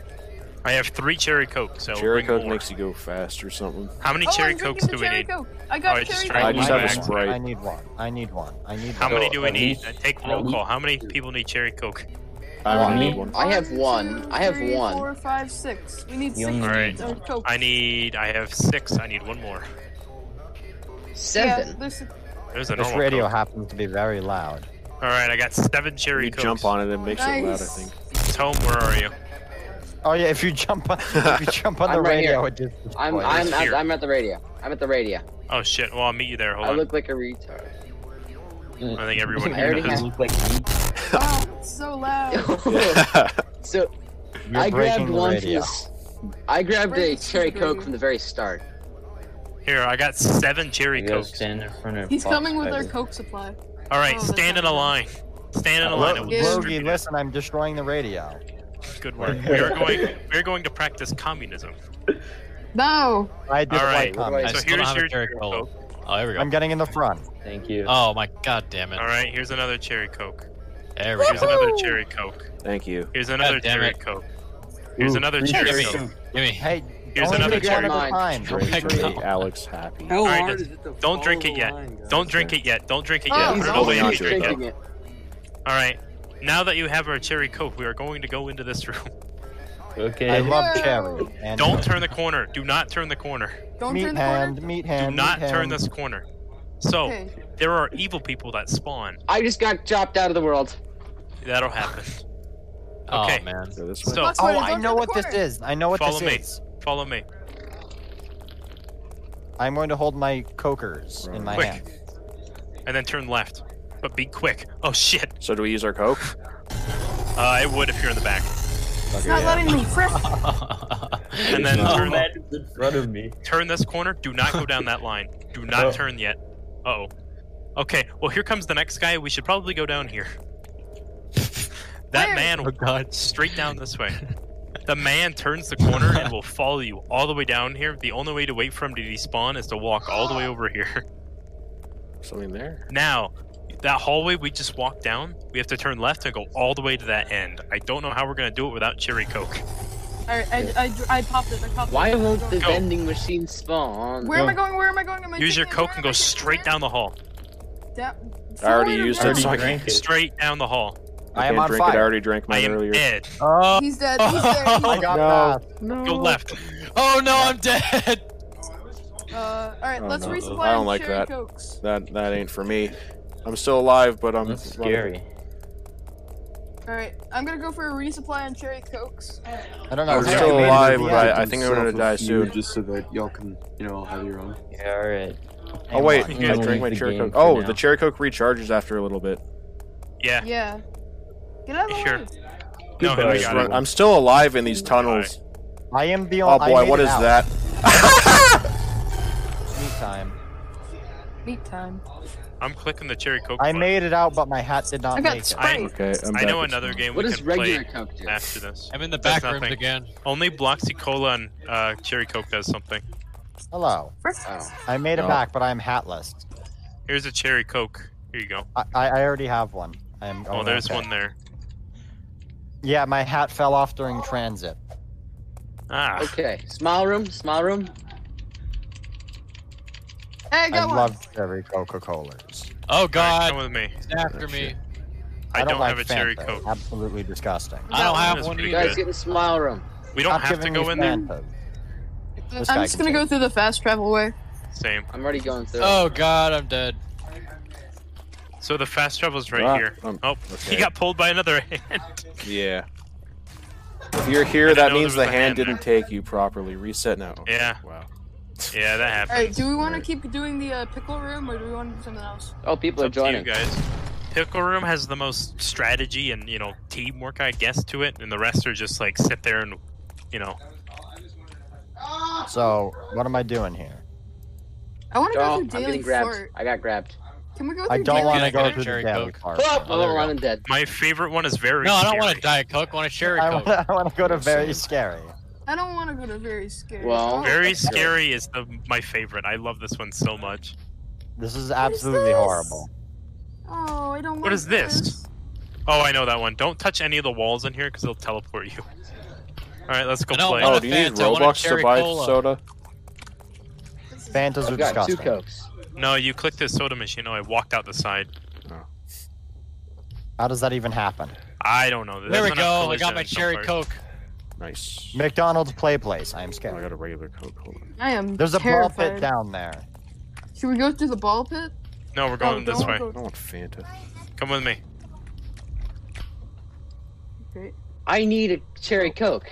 Speaker 5: I have three cherry Coke. So
Speaker 1: Cherry
Speaker 5: bring
Speaker 1: Coke
Speaker 5: more.
Speaker 1: makes you go fast or something.
Speaker 5: How many
Speaker 2: Oh,
Speaker 5: cherry
Speaker 2: I'm
Speaker 5: Cokes
Speaker 2: drinking
Speaker 5: do
Speaker 2: the
Speaker 5: we
Speaker 2: cherry
Speaker 5: need?
Speaker 2: coke. I
Speaker 5: Oh, I
Speaker 2: got
Speaker 5: just
Speaker 2: cherry
Speaker 5: drank
Speaker 1: I
Speaker 2: coke.
Speaker 1: just
Speaker 4: I
Speaker 1: have a
Speaker 4: need
Speaker 5: back.
Speaker 4: one.
Speaker 1: Sprite.
Speaker 4: I need one. I need one. I need
Speaker 5: How
Speaker 4: one.
Speaker 5: many
Speaker 3: So,
Speaker 5: do we
Speaker 3: at
Speaker 5: need?
Speaker 3: least-
Speaker 5: Uh, Take
Speaker 3: at
Speaker 5: roll call.
Speaker 3: least
Speaker 5: How many
Speaker 3: two.
Speaker 5: people need cherry Coke?
Speaker 1: I
Speaker 3: Well,
Speaker 1: only
Speaker 3: I
Speaker 1: need
Speaker 3: mean-
Speaker 1: one.
Speaker 8: I have
Speaker 2: One,
Speaker 8: one.
Speaker 2: two,
Speaker 8: I have
Speaker 2: three,
Speaker 8: one.
Speaker 2: four, five, six. We need
Speaker 3: You
Speaker 2: six.
Speaker 3: only
Speaker 5: Alright.
Speaker 3: need one.
Speaker 2: coke.
Speaker 5: I need. I have six. I need one more.
Speaker 2: yeah,
Speaker 8: Seven.
Speaker 2: there's
Speaker 5: There's a
Speaker 4: This
Speaker 5: normal.
Speaker 4: radio
Speaker 5: Coke.
Speaker 4: happens to be very loud.
Speaker 5: All right, I got seven cherry
Speaker 1: You
Speaker 5: Cokes.
Speaker 1: jump on it, it makes it loud. I
Speaker 2: Nice.
Speaker 1: think.
Speaker 5: Tome, where are you?
Speaker 4: Oh yeah, if you jump on,
Speaker 8: [laughs]
Speaker 4: if you jump on the
Speaker 8: I'm right
Speaker 4: radio,
Speaker 8: here.
Speaker 4: it just
Speaker 8: I'm
Speaker 4: destroys
Speaker 8: I'm
Speaker 4: it.
Speaker 8: at,
Speaker 5: Here.
Speaker 8: I'm at the radio. I'm at the radio.
Speaker 5: Oh shit! Well, I'll meet you there. Hold
Speaker 8: I
Speaker 5: on.
Speaker 8: look like a retard.
Speaker 5: I think
Speaker 3: [laughs]
Speaker 5: everyone
Speaker 8: I already
Speaker 5: here does.
Speaker 8: have-
Speaker 3: look like me.
Speaker 2: oh, it's so loud.
Speaker 8: [laughs] so
Speaker 4: You're
Speaker 8: I
Speaker 4: breaking
Speaker 8: grabbed
Speaker 4: the
Speaker 8: one. From the,
Speaker 4: radio.
Speaker 8: s- I grabbed a
Speaker 2: Breaking the
Speaker 8: cherry
Speaker 2: radio.
Speaker 8: coke from the very start.
Speaker 5: Here, I got seven cherry
Speaker 3: You gotta
Speaker 5: Cokes.
Speaker 3: stand in front of.
Speaker 2: He's
Speaker 3: Fox
Speaker 2: coming with our
Speaker 3: Tiger.
Speaker 2: coke supply.
Speaker 5: All right,
Speaker 2: Oh, that's
Speaker 5: stand in a
Speaker 2: not
Speaker 5: line. Stand in a line.
Speaker 4: Uh, Lo-
Speaker 5: and
Speaker 2: Yeah.
Speaker 5: we'll
Speaker 4: Logie,
Speaker 5: distribute it.
Speaker 4: listen, I'm destroying the radio.
Speaker 5: Good work. We
Speaker 4: [laughs]
Speaker 5: are going. We are going to practice communism.
Speaker 2: No.
Speaker 4: I did
Speaker 5: All right.
Speaker 4: like comments.
Speaker 7: I
Speaker 5: So
Speaker 7: still don't
Speaker 5: here's
Speaker 7: have
Speaker 5: your
Speaker 7: a cherry
Speaker 5: cherry
Speaker 7: cola. Oh, here we
Speaker 4: I'm
Speaker 7: go.
Speaker 4: getting in the front.
Speaker 3: Thank you.
Speaker 7: Oh my god damn it.
Speaker 5: All right, here's another cherry Coke.
Speaker 7: There we
Speaker 5: Here's
Speaker 7: go.
Speaker 5: another cherry Coke.
Speaker 1: [laughs] Thank you.
Speaker 5: Here's another
Speaker 7: God damn
Speaker 5: cherry
Speaker 7: it.
Speaker 5: Coke. Here's
Speaker 3: Ooh,
Speaker 5: another
Speaker 3: free
Speaker 5: cherry
Speaker 7: Jimmy.
Speaker 5: Coke.
Speaker 7: Gimme.
Speaker 4: Hey,
Speaker 5: Here's
Speaker 4: only
Speaker 5: another
Speaker 4: drink one at a
Speaker 5: cherry
Speaker 8: Coke.
Speaker 4: time.
Speaker 7: Oh my
Speaker 1: Drink to
Speaker 7: God.
Speaker 1: make Alex happy.
Speaker 9: How
Speaker 5: Alright,
Speaker 9: hard
Speaker 5: that's-
Speaker 9: is it to
Speaker 5: don't drink
Speaker 9: follow
Speaker 5: it yet.
Speaker 9: the line, guys?
Speaker 5: Don't drink it yet. Don't drink it yet.
Speaker 2: Oh,
Speaker 5: Put it
Speaker 2: no.
Speaker 5: away if
Speaker 1: Don't
Speaker 5: you
Speaker 1: drink
Speaker 5: drink it.
Speaker 8: Drinking it.
Speaker 5: All right. Now that you have our cherry coke, we are going to go into this room.
Speaker 3: Okay.
Speaker 4: I love cherry. And uh,
Speaker 5: Don't turn the corner. Do not turn the corner.
Speaker 6: Don't
Speaker 4: meat
Speaker 6: turn the corner.
Speaker 4: hand, meat
Speaker 5: Do
Speaker 4: hand.
Speaker 5: not
Speaker 4: meat
Speaker 5: turn
Speaker 4: hand.
Speaker 5: this corner. So
Speaker 6: Okay.
Speaker 5: there are evil people that spawn.
Speaker 8: I just got dropped out of the world.
Speaker 5: That'll happen. Okay.
Speaker 7: Oh man.
Speaker 1: So this way.
Speaker 5: So
Speaker 6: Corner,
Speaker 4: Oh,
Speaker 6: don't
Speaker 4: I
Speaker 6: turn
Speaker 4: know
Speaker 6: the
Speaker 4: what this
Speaker 6: corner.
Speaker 4: is. I know what
Speaker 5: Follow me.
Speaker 4: this is.
Speaker 5: follow me.
Speaker 4: I'm going to hold my cokers in my
Speaker 5: Quick.
Speaker 4: hand.
Speaker 5: and then turn left. But be quick. Oh shit.
Speaker 1: So do we use our coke?
Speaker 5: Uh, it would if you're in the back.
Speaker 6: It's not letting me frick.
Speaker 5: And then [laughs]
Speaker 3: Oh,
Speaker 5: turn,
Speaker 3: man, it's in front of me.
Speaker 5: turn this corner. Do not go down that line. Do not
Speaker 3: Oh.
Speaker 5: turn yet. Uh oh. Okay. Well, here comes the next guy. We should probably go down here. that
Speaker 6: Where?
Speaker 5: man
Speaker 7: Oh god.
Speaker 5: straight down this way. The man turns the corner and will follow you all the way down here. The only way to wait for him to despawn is to walk all the way over here. [laughs]
Speaker 1: Something there.
Speaker 5: Now, that hallway we just walked down, we have to turn left and go all the way to that end. I don't know how we're gonna do it without Cherry Coke.
Speaker 6: I, I, I, I popped it. I popped
Speaker 8: Why
Speaker 6: it.
Speaker 8: won't the
Speaker 5: Go.
Speaker 8: vending machine spawn?
Speaker 6: Where am I going? Where am I going? Am I
Speaker 5: Use your
Speaker 6: taking it? Where
Speaker 5: coke and
Speaker 6: am
Speaker 5: go
Speaker 6: I taking it?
Speaker 5: straight
Speaker 6: Where?
Speaker 5: down the hall.
Speaker 6: Down-
Speaker 1: I already
Speaker 6: forward or
Speaker 1: used
Speaker 6: down?
Speaker 1: it,
Speaker 3: Already
Speaker 1: so I
Speaker 3: drank it.
Speaker 5: Straight down the hall.
Speaker 4: I am
Speaker 1: can't
Speaker 4: on
Speaker 1: drink it. I
Speaker 4: fire.
Speaker 1: already drank
Speaker 5: I
Speaker 1: mine
Speaker 5: am
Speaker 1: earlier.
Speaker 5: dead.
Speaker 7: Oh,
Speaker 6: He's dead.
Speaker 5: [laughs]
Speaker 6: He's dead.
Speaker 4: I
Speaker 6: He's
Speaker 4: got
Speaker 1: No.
Speaker 4: that.
Speaker 5: Go left.
Speaker 7: oh no, I'm dead.
Speaker 6: dead. Uh, all right,
Speaker 1: Oh,
Speaker 6: let's
Speaker 1: no.
Speaker 6: resupply
Speaker 1: I don't
Speaker 6: on
Speaker 1: like
Speaker 6: cherry
Speaker 1: that.
Speaker 6: cokes.
Speaker 1: That that ain't for me. I'm still alive, but I'm
Speaker 3: That's scary.
Speaker 6: All right, I'm gonna go for a resupply on cherry cokes. Uh,
Speaker 4: I don't know.
Speaker 1: I'm
Speaker 4: is
Speaker 1: still
Speaker 4: that amazing?
Speaker 1: alive, but
Speaker 4: Yeah.
Speaker 1: I- I think I'm gonna
Speaker 9: Self a
Speaker 1: die
Speaker 9: few
Speaker 1: soon.
Speaker 9: Just so that y'all can, you know, have your own.
Speaker 3: Yeah, alright.
Speaker 1: Oh wait,
Speaker 5: You
Speaker 1: I
Speaker 5: guys
Speaker 1: drank my
Speaker 3: leave the
Speaker 1: cherry
Speaker 3: game
Speaker 1: coke.
Speaker 3: for
Speaker 1: Oh,
Speaker 3: now.
Speaker 1: the cherry coke recharges after a little bit.
Speaker 5: Yeah.
Speaker 6: Yeah. Get out of the
Speaker 5: Sure.
Speaker 6: way.
Speaker 5: No,
Speaker 3: Goodbye.
Speaker 5: I
Speaker 1: Just
Speaker 5: got
Speaker 1: run-
Speaker 5: it.
Speaker 1: I'm still alive in these tunnels.
Speaker 4: I am the
Speaker 1: Oh
Speaker 4: only. I
Speaker 1: boy,
Speaker 4: made
Speaker 1: what
Speaker 4: it
Speaker 1: is
Speaker 4: out.
Speaker 1: that?
Speaker 4: Meat time.
Speaker 6: Meat time.
Speaker 5: I'm clicking the cherry coke.
Speaker 4: I
Speaker 5: button.
Speaker 4: made it out, but my hat did not
Speaker 6: I got
Speaker 4: make it.
Speaker 5: I-
Speaker 6: Sprite.
Speaker 1: Okay, I'm
Speaker 5: I
Speaker 1: back
Speaker 5: know
Speaker 1: at-
Speaker 5: another game
Speaker 8: What
Speaker 5: we
Speaker 8: does
Speaker 5: can play
Speaker 8: regular Coke do?
Speaker 5: after this.
Speaker 7: I'm in the
Speaker 5: That's
Speaker 7: back rooms
Speaker 5: nothing.
Speaker 7: again.
Speaker 5: Only Bloxy Cola and uh, cherry coke does something.
Speaker 4: Hello.
Speaker 8: Oh.
Speaker 4: I made it
Speaker 1: No.
Speaker 4: back, but I am hatless.
Speaker 5: Here's a cherry coke. Here you go.
Speaker 4: I, I, I already have one. I am.
Speaker 5: Oh,
Speaker 4: going
Speaker 5: there's
Speaker 4: okay.
Speaker 5: one there.
Speaker 4: Yeah, my hat fell off during transit.
Speaker 5: Ah.
Speaker 8: Okay. Smile room. Smile room.
Speaker 6: Hey, I
Speaker 4: I,
Speaker 6: got one.
Speaker 4: love cherry Coca Colas.
Speaker 7: Oh
Speaker 5: Alright,
Speaker 7: god,
Speaker 5: come Oh, with me.
Speaker 7: he's after me.
Speaker 5: I, don't,
Speaker 4: like
Speaker 5: have a cherry
Speaker 4: Fanta.
Speaker 5: coke.
Speaker 4: Absolutely disgusting.
Speaker 7: I don't
Speaker 5: That
Speaker 7: have
Speaker 5: one is
Speaker 7: one
Speaker 5: pretty
Speaker 8: You
Speaker 7: either.
Speaker 8: guys get the smile room.
Speaker 5: We don't
Speaker 4: Stop
Speaker 5: have to
Speaker 4: giving
Speaker 5: go
Speaker 4: me
Speaker 5: in there.
Speaker 4: Fanta. This guy
Speaker 6: I'm just
Speaker 4: can
Speaker 6: gonna go
Speaker 4: take
Speaker 6: through the fast travel way.
Speaker 5: Same.
Speaker 8: I'm already going through.
Speaker 7: Oh god, I'm dead.
Speaker 5: So the fast travel's right
Speaker 1: Ah,
Speaker 5: here.
Speaker 1: um,
Speaker 5: oh,
Speaker 1: okay.
Speaker 5: he got pulled by another [laughs] hand.
Speaker 1: Yeah. If you're
Speaker 5: I
Speaker 1: here,
Speaker 5: didn't
Speaker 1: that
Speaker 5: know
Speaker 1: means
Speaker 5: there
Speaker 1: the
Speaker 5: was a
Speaker 1: hand
Speaker 5: hand there.
Speaker 1: didn't take you properly. Reset now. Okay,
Speaker 5: Yeah.
Speaker 1: Wow.
Speaker 5: yeah, that
Speaker 6: All
Speaker 5: happened.
Speaker 6: right, do we want to
Speaker 1: Right.
Speaker 6: keep doing the uh, pickle room, or do we want to do something else?
Speaker 8: Oh, people are
Speaker 5: It's up to you
Speaker 8: joining.
Speaker 5: guys. Pickle Room has the most strategy and you know teamwork, I guess, to it, and the rest are just like sit there and you know.
Speaker 4: it. So, what am I doing here?
Speaker 6: I want to
Speaker 8: Oh,
Speaker 6: go
Speaker 8: I'm
Speaker 6: through daily
Speaker 8: getting grabbed.
Speaker 6: fort.
Speaker 8: I got grabbed.
Speaker 6: Can we go through
Speaker 4: I don't
Speaker 6: daily
Speaker 4: want to
Speaker 7: I
Speaker 6: fort?
Speaker 7: got
Speaker 4: go
Speaker 7: a
Speaker 4: to the
Speaker 7: cherry
Speaker 4: dairy
Speaker 7: Coke.
Speaker 4: part.
Speaker 8: Oh,
Speaker 4: there we
Speaker 8: I'm dead.
Speaker 5: My favorite one is very.
Speaker 7: No, I don't want
Speaker 5: scary.
Speaker 7: a diet coke. I want a cherry
Speaker 4: go. I
Speaker 7: coke.
Speaker 4: wanna- I want to go to very
Speaker 1: Same.
Speaker 4: scary.
Speaker 6: I don't want to go to very scary.
Speaker 8: Well-
Speaker 6: Oh,
Speaker 5: Very
Speaker 8: That's good.
Speaker 5: scary is the my favorite. I love this one so much.
Speaker 4: This is absolutely
Speaker 6: this?
Speaker 4: horrible.
Speaker 6: Oh, I don't.
Speaker 5: What
Speaker 6: like
Speaker 5: is this? Oh, I know that one. Don't touch any of the walls in here because they'll teleport you. [laughs] All right, let's go
Speaker 7: I don't
Speaker 5: play.
Speaker 7: want
Speaker 1: Oh,
Speaker 7: a
Speaker 1: do you need
Speaker 7: Fanta, I want a
Speaker 1: Robux to
Speaker 7: cherry
Speaker 1: buy
Speaker 7: cola.
Speaker 1: soda?
Speaker 6: This is-
Speaker 4: Fantas are
Speaker 8: I've got
Speaker 4: disgusting.
Speaker 8: two Cokes.
Speaker 5: No, you clicked the soda machine. Oh, I walked out the side.
Speaker 4: How does that even happen?
Speaker 5: I don't know.
Speaker 7: There we
Speaker 5: There's enough
Speaker 7: go. I got
Speaker 5: collision
Speaker 7: my
Speaker 5: in some
Speaker 7: cherry
Speaker 5: parts.
Speaker 7: coke.
Speaker 1: Nice.
Speaker 4: McDonald's play place. I
Speaker 1: Oh,
Speaker 4: am
Speaker 1: I
Speaker 4: scared.
Speaker 1: got a regular Coke. Hold on.
Speaker 6: I am.
Speaker 4: There's a ball
Speaker 6: terrified.
Speaker 4: pit down there.
Speaker 6: Should we go through the ball pit?
Speaker 5: No, we're
Speaker 6: oh,
Speaker 5: going this
Speaker 6: don't
Speaker 5: way.
Speaker 1: I
Speaker 6: Go...
Speaker 1: don't want Fanta.
Speaker 5: Come with
Speaker 7: [laughs]
Speaker 5: me.
Speaker 6: Great.
Speaker 8: I need a cherry Coke.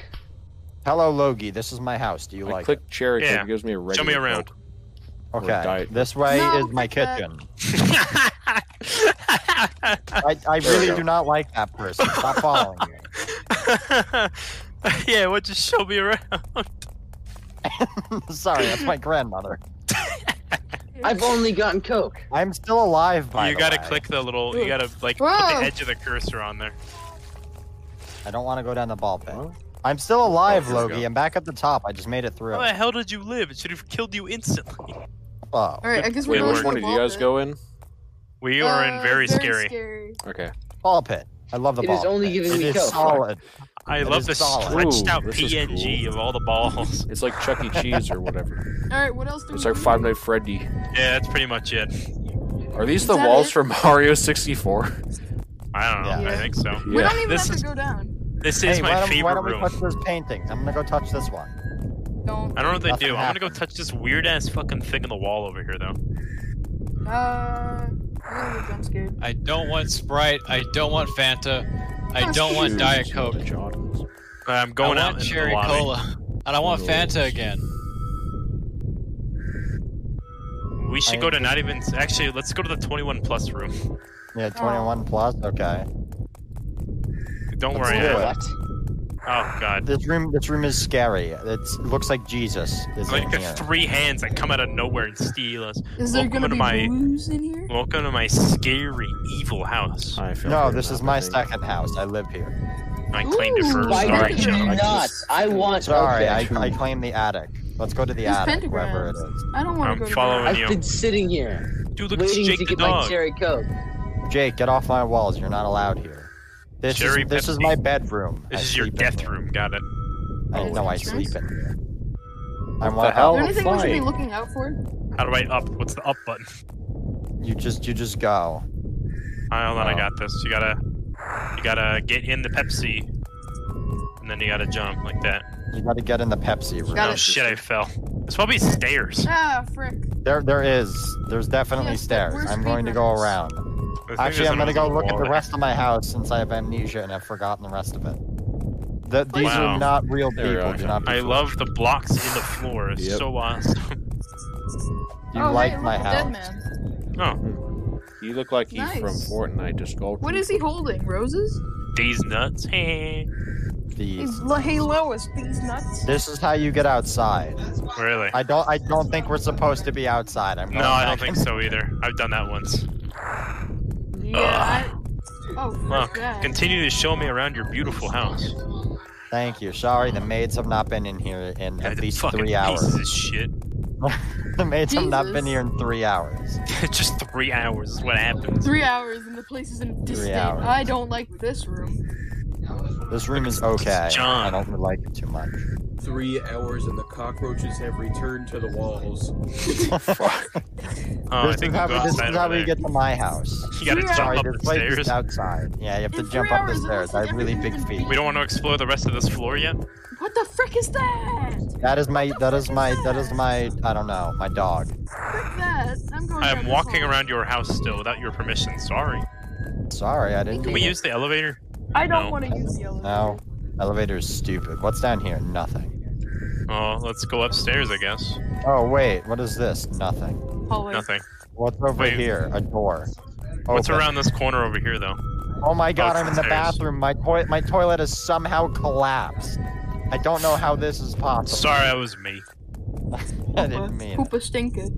Speaker 4: Hello, Logie. This is my house. Do you
Speaker 1: I
Speaker 4: like
Speaker 1: click cherry
Speaker 5: Yeah.
Speaker 1: Coke. It gimes me a regular
Speaker 5: Show me around.
Speaker 1: Coke.
Speaker 4: it?
Speaker 1: or
Speaker 4: Okay.
Speaker 1: Diet
Speaker 4: This way
Speaker 6: No,
Speaker 4: is my
Speaker 6: click that.
Speaker 4: kitchen. I,
Speaker 1: There
Speaker 4: I
Speaker 1: we
Speaker 4: really
Speaker 1: go.
Speaker 4: do not like that person. Stop following me.
Speaker 1: [laughs]
Speaker 4: [laughs]
Speaker 5: [laughs] yeah, well, just show me around.
Speaker 4: Sorry, that's my grandmother.
Speaker 8: I've only gotten Coke.
Speaker 4: I'm still alive, [laughs] by
Speaker 5: you
Speaker 4: the
Speaker 5: gotta
Speaker 4: way.
Speaker 5: click the little. You
Speaker 6: Ooh.
Speaker 5: gotta like put
Speaker 6: Whoa.
Speaker 5: the edge of the cursor on there.
Speaker 4: I don't want to go down the ball pit.
Speaker 1: Well,
Speaker 4: I'm still alive,
Speaker 1: here we
Speaker 4: Logie.
Speaker 1: go.
Speaker 4: I'm back at the top. I just made it through.
Speaker 5: How the hell did you live? It should have killed you instantly.
Speaker 4: Oh,
Speaker 6: All right, I guess
Speaker 5: Wait,
Speaker 1: Wait,
Speaker 6: we're going
Speaker 1: which
Speaker 6: to
Speaker 1: one
Speaker 6: the
Speaker 1: did
Speaker 6: ball
Speaker 1: you guys
Speaker 6: pit.
Speaker 1: go in?
Speaker 5: We are
Speaker 6: Uh,
Speaker 5: in very, scary.
Speaker 1: Okay.
Speaker 4: ball pit. I love the
Speaker 8: It
Speaker 4: ball.
Speaker 8: is only
Speaker 4: pit.
Speaker 8: giving
Speaker 4: It
Speaker 8: me
Speaker 4: is
Speaker 8: Coke.
Speaker 4: solid.
Speaker 5: I
Speaker 4: That
Speaker 5: love
Speaker 4: is
Speaker 5: the
Speaker 4: solid.
Speaker 5: stretched out
Speaker 1: Ooh, this is
Speaker 5: PNG
Speaker 1: cool.
Speaker 5: of all the balls. [laughs]
Speaker 1: It's like Chuck E. Cheese or whatever.
Speaker 6: All right, what else do we?
Speaker 1: It's like
Speaker 6: do?
Speaker 1: Five Night Freddy.
Speaker 5: yeah, that's pretty much it.
Speaker 1: Are these
Speaker 6: Is
Speaker 1: the
Speaker 6: that
Speaker 1: walls
Speaker 6: it?
Speaker 5: [laughs]
Speaker 1: from Mario 64?
Speaker 5: I don't
Speaker 6: Yeah.
Speaker 5: know. I think so.
Speaker 6: We
Speaker 1: Yeah.
Speaker 6: don't even
Speaker 5: This
Speaker 6: have
Speaker 5: is-
Speaker 6: to go down.
Speaker 5: This is
Speaker 4: Hey,
Speaker 5: my
Speaker 4: why don't, why
Speaker 5: favorite
Speaker 4: don't we
Speaker 5: room.
Speaker 4: touch those paintings? I'm gonna go touch this one.
Speaker 6: Don't.
Speaker 5: I don't know if they
Speaker 4: Nothing
Speaker 5: do. I'm gonna go
Speaker 4: happened.
Speaker 5: touch this weird ass fucking thing in the wall over here,
Speaker 6: Uh,
Speaker 5: though.
Speaker 6: I'm gonna get jump scared.
Speaker 7: I don't want Sprite. I don't want Fanta.
Speaker 1: Oh,
Speaker 7: I don't want Diet Coke.
Speaker 5: I'm going
Speaker 7: I
Speaker 5: out
Speaker 7: want
Speaker 5: into
Speaker 7: cherry
Speaker 5: the lobby.
Speaker 7: cola. And I want Fanta again.
Speaker 5: We should
Speaker 4: I
Speaker 5: go to
Speaker 4: am-
Speaker 5: not even. Actually, let's go to the 21 plus room.
Speaker 4: Yeah, 21 plus. Okay.
Speaker 5: Don't
Speaker 4: Let's
Speaker 5: worry.
Speaker 4: do
Speaker 5: I-
Speaker 4: it.
Speaker 8: What?
Speaker 5: Oh god.
Speaker 4: This room, this room is scary. It's, it looks like Jesus is
Speaker 5: Like
Speaker 4: in
Speaker 5: the
Speaker 4: here.
Speaker 5: three hands that come out of nowhere and steal us.
Speaker 6: Is there
Speaker 5: Welcome
Speaker 6: gonna
Speaker 5: to
Speaker 6: be
Speaker 5: my-
Speaker 6: blues in here?
Speaker 5: Welcome to my scary evil house.
Speaker 1: I feel
Speaker 4: No,
Speaker 1: very
Speaker 4: this is my
Speaker 1: nothing.
Speaker 4: second house. I live here.
Speaker 5: I claimed it
Speaker 6: Ooh,
Speaker 5: first.
Speaker 6: why
Speaker 8: Why
Speaker 5: Sorry,
Speaker 8: did you
Speaker 5: Joe.
Speaker 1: Joe.
Speaker 8: not? I want.
Speaker 4: Sorry,
Speaker 8: okay.
Speaker 4: I, I claim the attic. Let's go to the
Speaker 6: There's
Speaker 4: attic, wherever it
Speaker 6: pentagrams.
Speaker 4: is.
Speaker 6: I don't want
Speaker 5: I'm
Speaker 6: to go.
Speaker 5: following
Speaker 6: To
Speaker 5: you.
Speaker 8: I've been sitting here
Speaker 5: [laughs] Dude, look, it's
Speaker 8: waiting
Speaker 5: Jake
Speaker 8: to
Speaker 5: the
Speaker 8: get my
Speaker 5: dog.
Speaker 8: cherry coke.
Speaker 4: Jake, get off my walls. You're not allowed here. This
Speaker 5: Jerry
Speaker 4: is this is
Speaker 5: Pepsi.
Speaker 4: my bedroom.
Speaker 5: This
Speaker 4: I
Speaker 5: is your
Speaker 4: sleep in
Speaker 5: death
Speaker 4: here.
Speaker 5: room. Got it.
Speaker 4: I
Speaker 6: Oh,
Speaker 4: know I
Speaker 6: it's
Speaker 4: sleep
Speaker 6: yours?
Speaker 4: in here. I
Speaker 1: What
Speaker 4: want
Speaker 1: the hell? Oh,
Speaker 6: Is there anything we should be
Speaker 1: fine.
Speaker 6: looking out for?
Speaker 5: How do I up? What's the up button?
Speaker 4: You just you just go.
Speaker 5: Alright, hold on, I
Speaker 4: Oh.
Speaker 5: got this. You gotta, you gotta get in the Pepsi, and then you gotta jump like that.
Speaker 4: You got to get in the Pepsi room.
Speaker 6: Got
Speaker 5: oh
Speaker 6: it.
Speaker 5: shit, I fell. It's probably stairs.
Speaker 6: Ah, frick.
Speaker 4: There there is there's definitely
Speaker 6: Yes, but
Speaker 4: stairs.
Speaker 6: where's
Speaker 4: I'm going to go
Speaker 6: Creeper?
Speaker 4: around.
Speaker 5: I think
Speaker 4: Actually,
Speaker 5: there's
Speaker 4: I'm gonna go
Speaker 5: another
Speaker 4: look at
Speaker 5: wall
Speaker 4: the
Speaker 5: there.
Speaker 4: rest of my house since I have amnesia and I've forgotten the rest of it. The, these
Speaker 5: Wow.
Speaker 4: are not real
Speaker 1: There we
Speaker 4: people.
Speaker 1: are.
Speaker 4: Do not be
Speaker 5: I
Speaker 4: fooled.
Speaker 5: love the blocks in the floor. It's
Speaker 1: Yep.
Speaker 5: so awesome. [laughs]
Speaker 4: You
Speaker 6: oh,
Speaker 4: like
Speaker 6: hey,
Speaker 4: my
Speaker 6: look, a
Speaker 4: house?
Speaker 6: Dead man.
Speaker 5: Oh,
Speaker 1: You look like he's from
Speaker 6: Nice.
Speaker 1: Fortnite. Just go.
Speaker 6: What is he holding? Roses?
Speaker 5: these nuts. [laughs]
Speaker 6: Hey,
Speaker 5: Hey.
Speaker 4: These.
Speaker 6: Lo- hey Lois, these nuts.
Speaker 4: This is how you get outside.
Speaker 5: Really?
Speaker 4: I don't. I don't think we're supposed to be outside. I'm.
Speaker 5: No,
Speaker 4: going
Speaker 5: I
Speaker 4: back
Speaker 5: don't think so either. I've done that once.
Speaker 6: Yeah. I... Oh, frick
Speaker 5: Look,
Speaker 6: that.
Speaker 5: continue to show me around your beautiful house.
Speaker 4: Thank you. Sorry, the maids have not been in here in
Speaker 5: God,
Speaker 4: at
Speaker 5: the
Speaker 4: least
Speaker 5: fucking
Speaker 4: three hours.
Speaker 5: Pieces of shit.
Speaker 4: [laughs]
Speaker 5: [laughs]
Speaker 4: the maids have not been
Speaker 6: Jesus.
Speaker 4: here in three hours.
Speaker 5: Just three hours is what happens.
Speaker 6: Three hours and the place is in disdain.
Speaker 4: hours.
Speaker 6: I don't like this room.
Speaker 4: This room is okay.
Speaker 5: John.
Speaker 4: I don't like it too much.
Speaker 10: Three hours and the cockroaches have returned to the
Speaker 4: [laughs]
Speaker 10: walls.
Speaker 5: Oh, I
Speaker 4: this is
Speaker 5: think
Speaker 4: how,
Speaker 5: we'll
Speaker 4: we,
Speaker 5: go
Speaker 4: this is
Speaker 5: outside
Speaker 4: how
Speaker 5: over
Speaker 4: we
Speaker 5: there.
Speaker 4: get to my house.
Speaker 5: You gotta
Speaker 6: Three
Speaker 5: jump
Speaker 4: Sorry,
Speaker 5: up
Speaker 4: this
Speaker 5: the
Speaker 4: place is
Speaker 5: stairs.
Speaker 4: outside. Yeah, you have to
Speaker 6: In
Speaker 4: jump
Speaker 6: three
Speaker 4: up the
Speaker 6: hours, it
Speaker 4: stairs.
Speaker 6: looks
Speaker 4: I
Speaker 6: like
Speaker 4: have really
Speaker 6: everything's
Speaker 4: big
Speaker 6: been
Speaker 4: feet.
Speaker 6: beaten.
Speaker 5: We don't want to explore the rest of this floor yet.
Speaker 6: What the frick is that? Frick
Speaker 4: That is my. That is my. That
Speaker 6: [laughs]
Speaker 4: is my. I don't know. My dog.
Speaker 6: that. I'm going down
Speaker 5: I'm
Speaker 6: this
Speaker 5: walking
Speaker 6: hall.
Speaker 5: around your house still without your permission. Sorry.
Speaker 4: Sorry, I didn't.
Speaker 5: Can we use the elevator?
Speaker 6: I don't
Speaker 5: No.
Speaker 6: want to use the elevator.
Speaker 4: No. Elevator is stupid. What's down here? Nothing.
Speaker 5: Oh, let's go upstairs, I guess.
Speaker 4: Oh wait, what is this? Nothing.
Speaker 6: Hallway.
Speaker 5: Nothing.
Speaker 4: What's over
Speaker 5: Wait.
Speaker 4: here? A door.
Speaker 5: What's
Speaker 4: Open.
Speaker 5: around this corner over here, though?
Speaker 4: Oh my god,
Speaker 5: it's
Speaker 4: I'm in
Speaker 5: the
Speaker 4: the
Speaker 5: stairs.
Speaker 4: bathroom. My toilet my toilet has somehow collapsed. I don't know how this is possible.
Speaker 5: Sorry, that was me.
Speaker 4: [laughs] I didn't mean. it.
Speaker 6: Poopa stinker.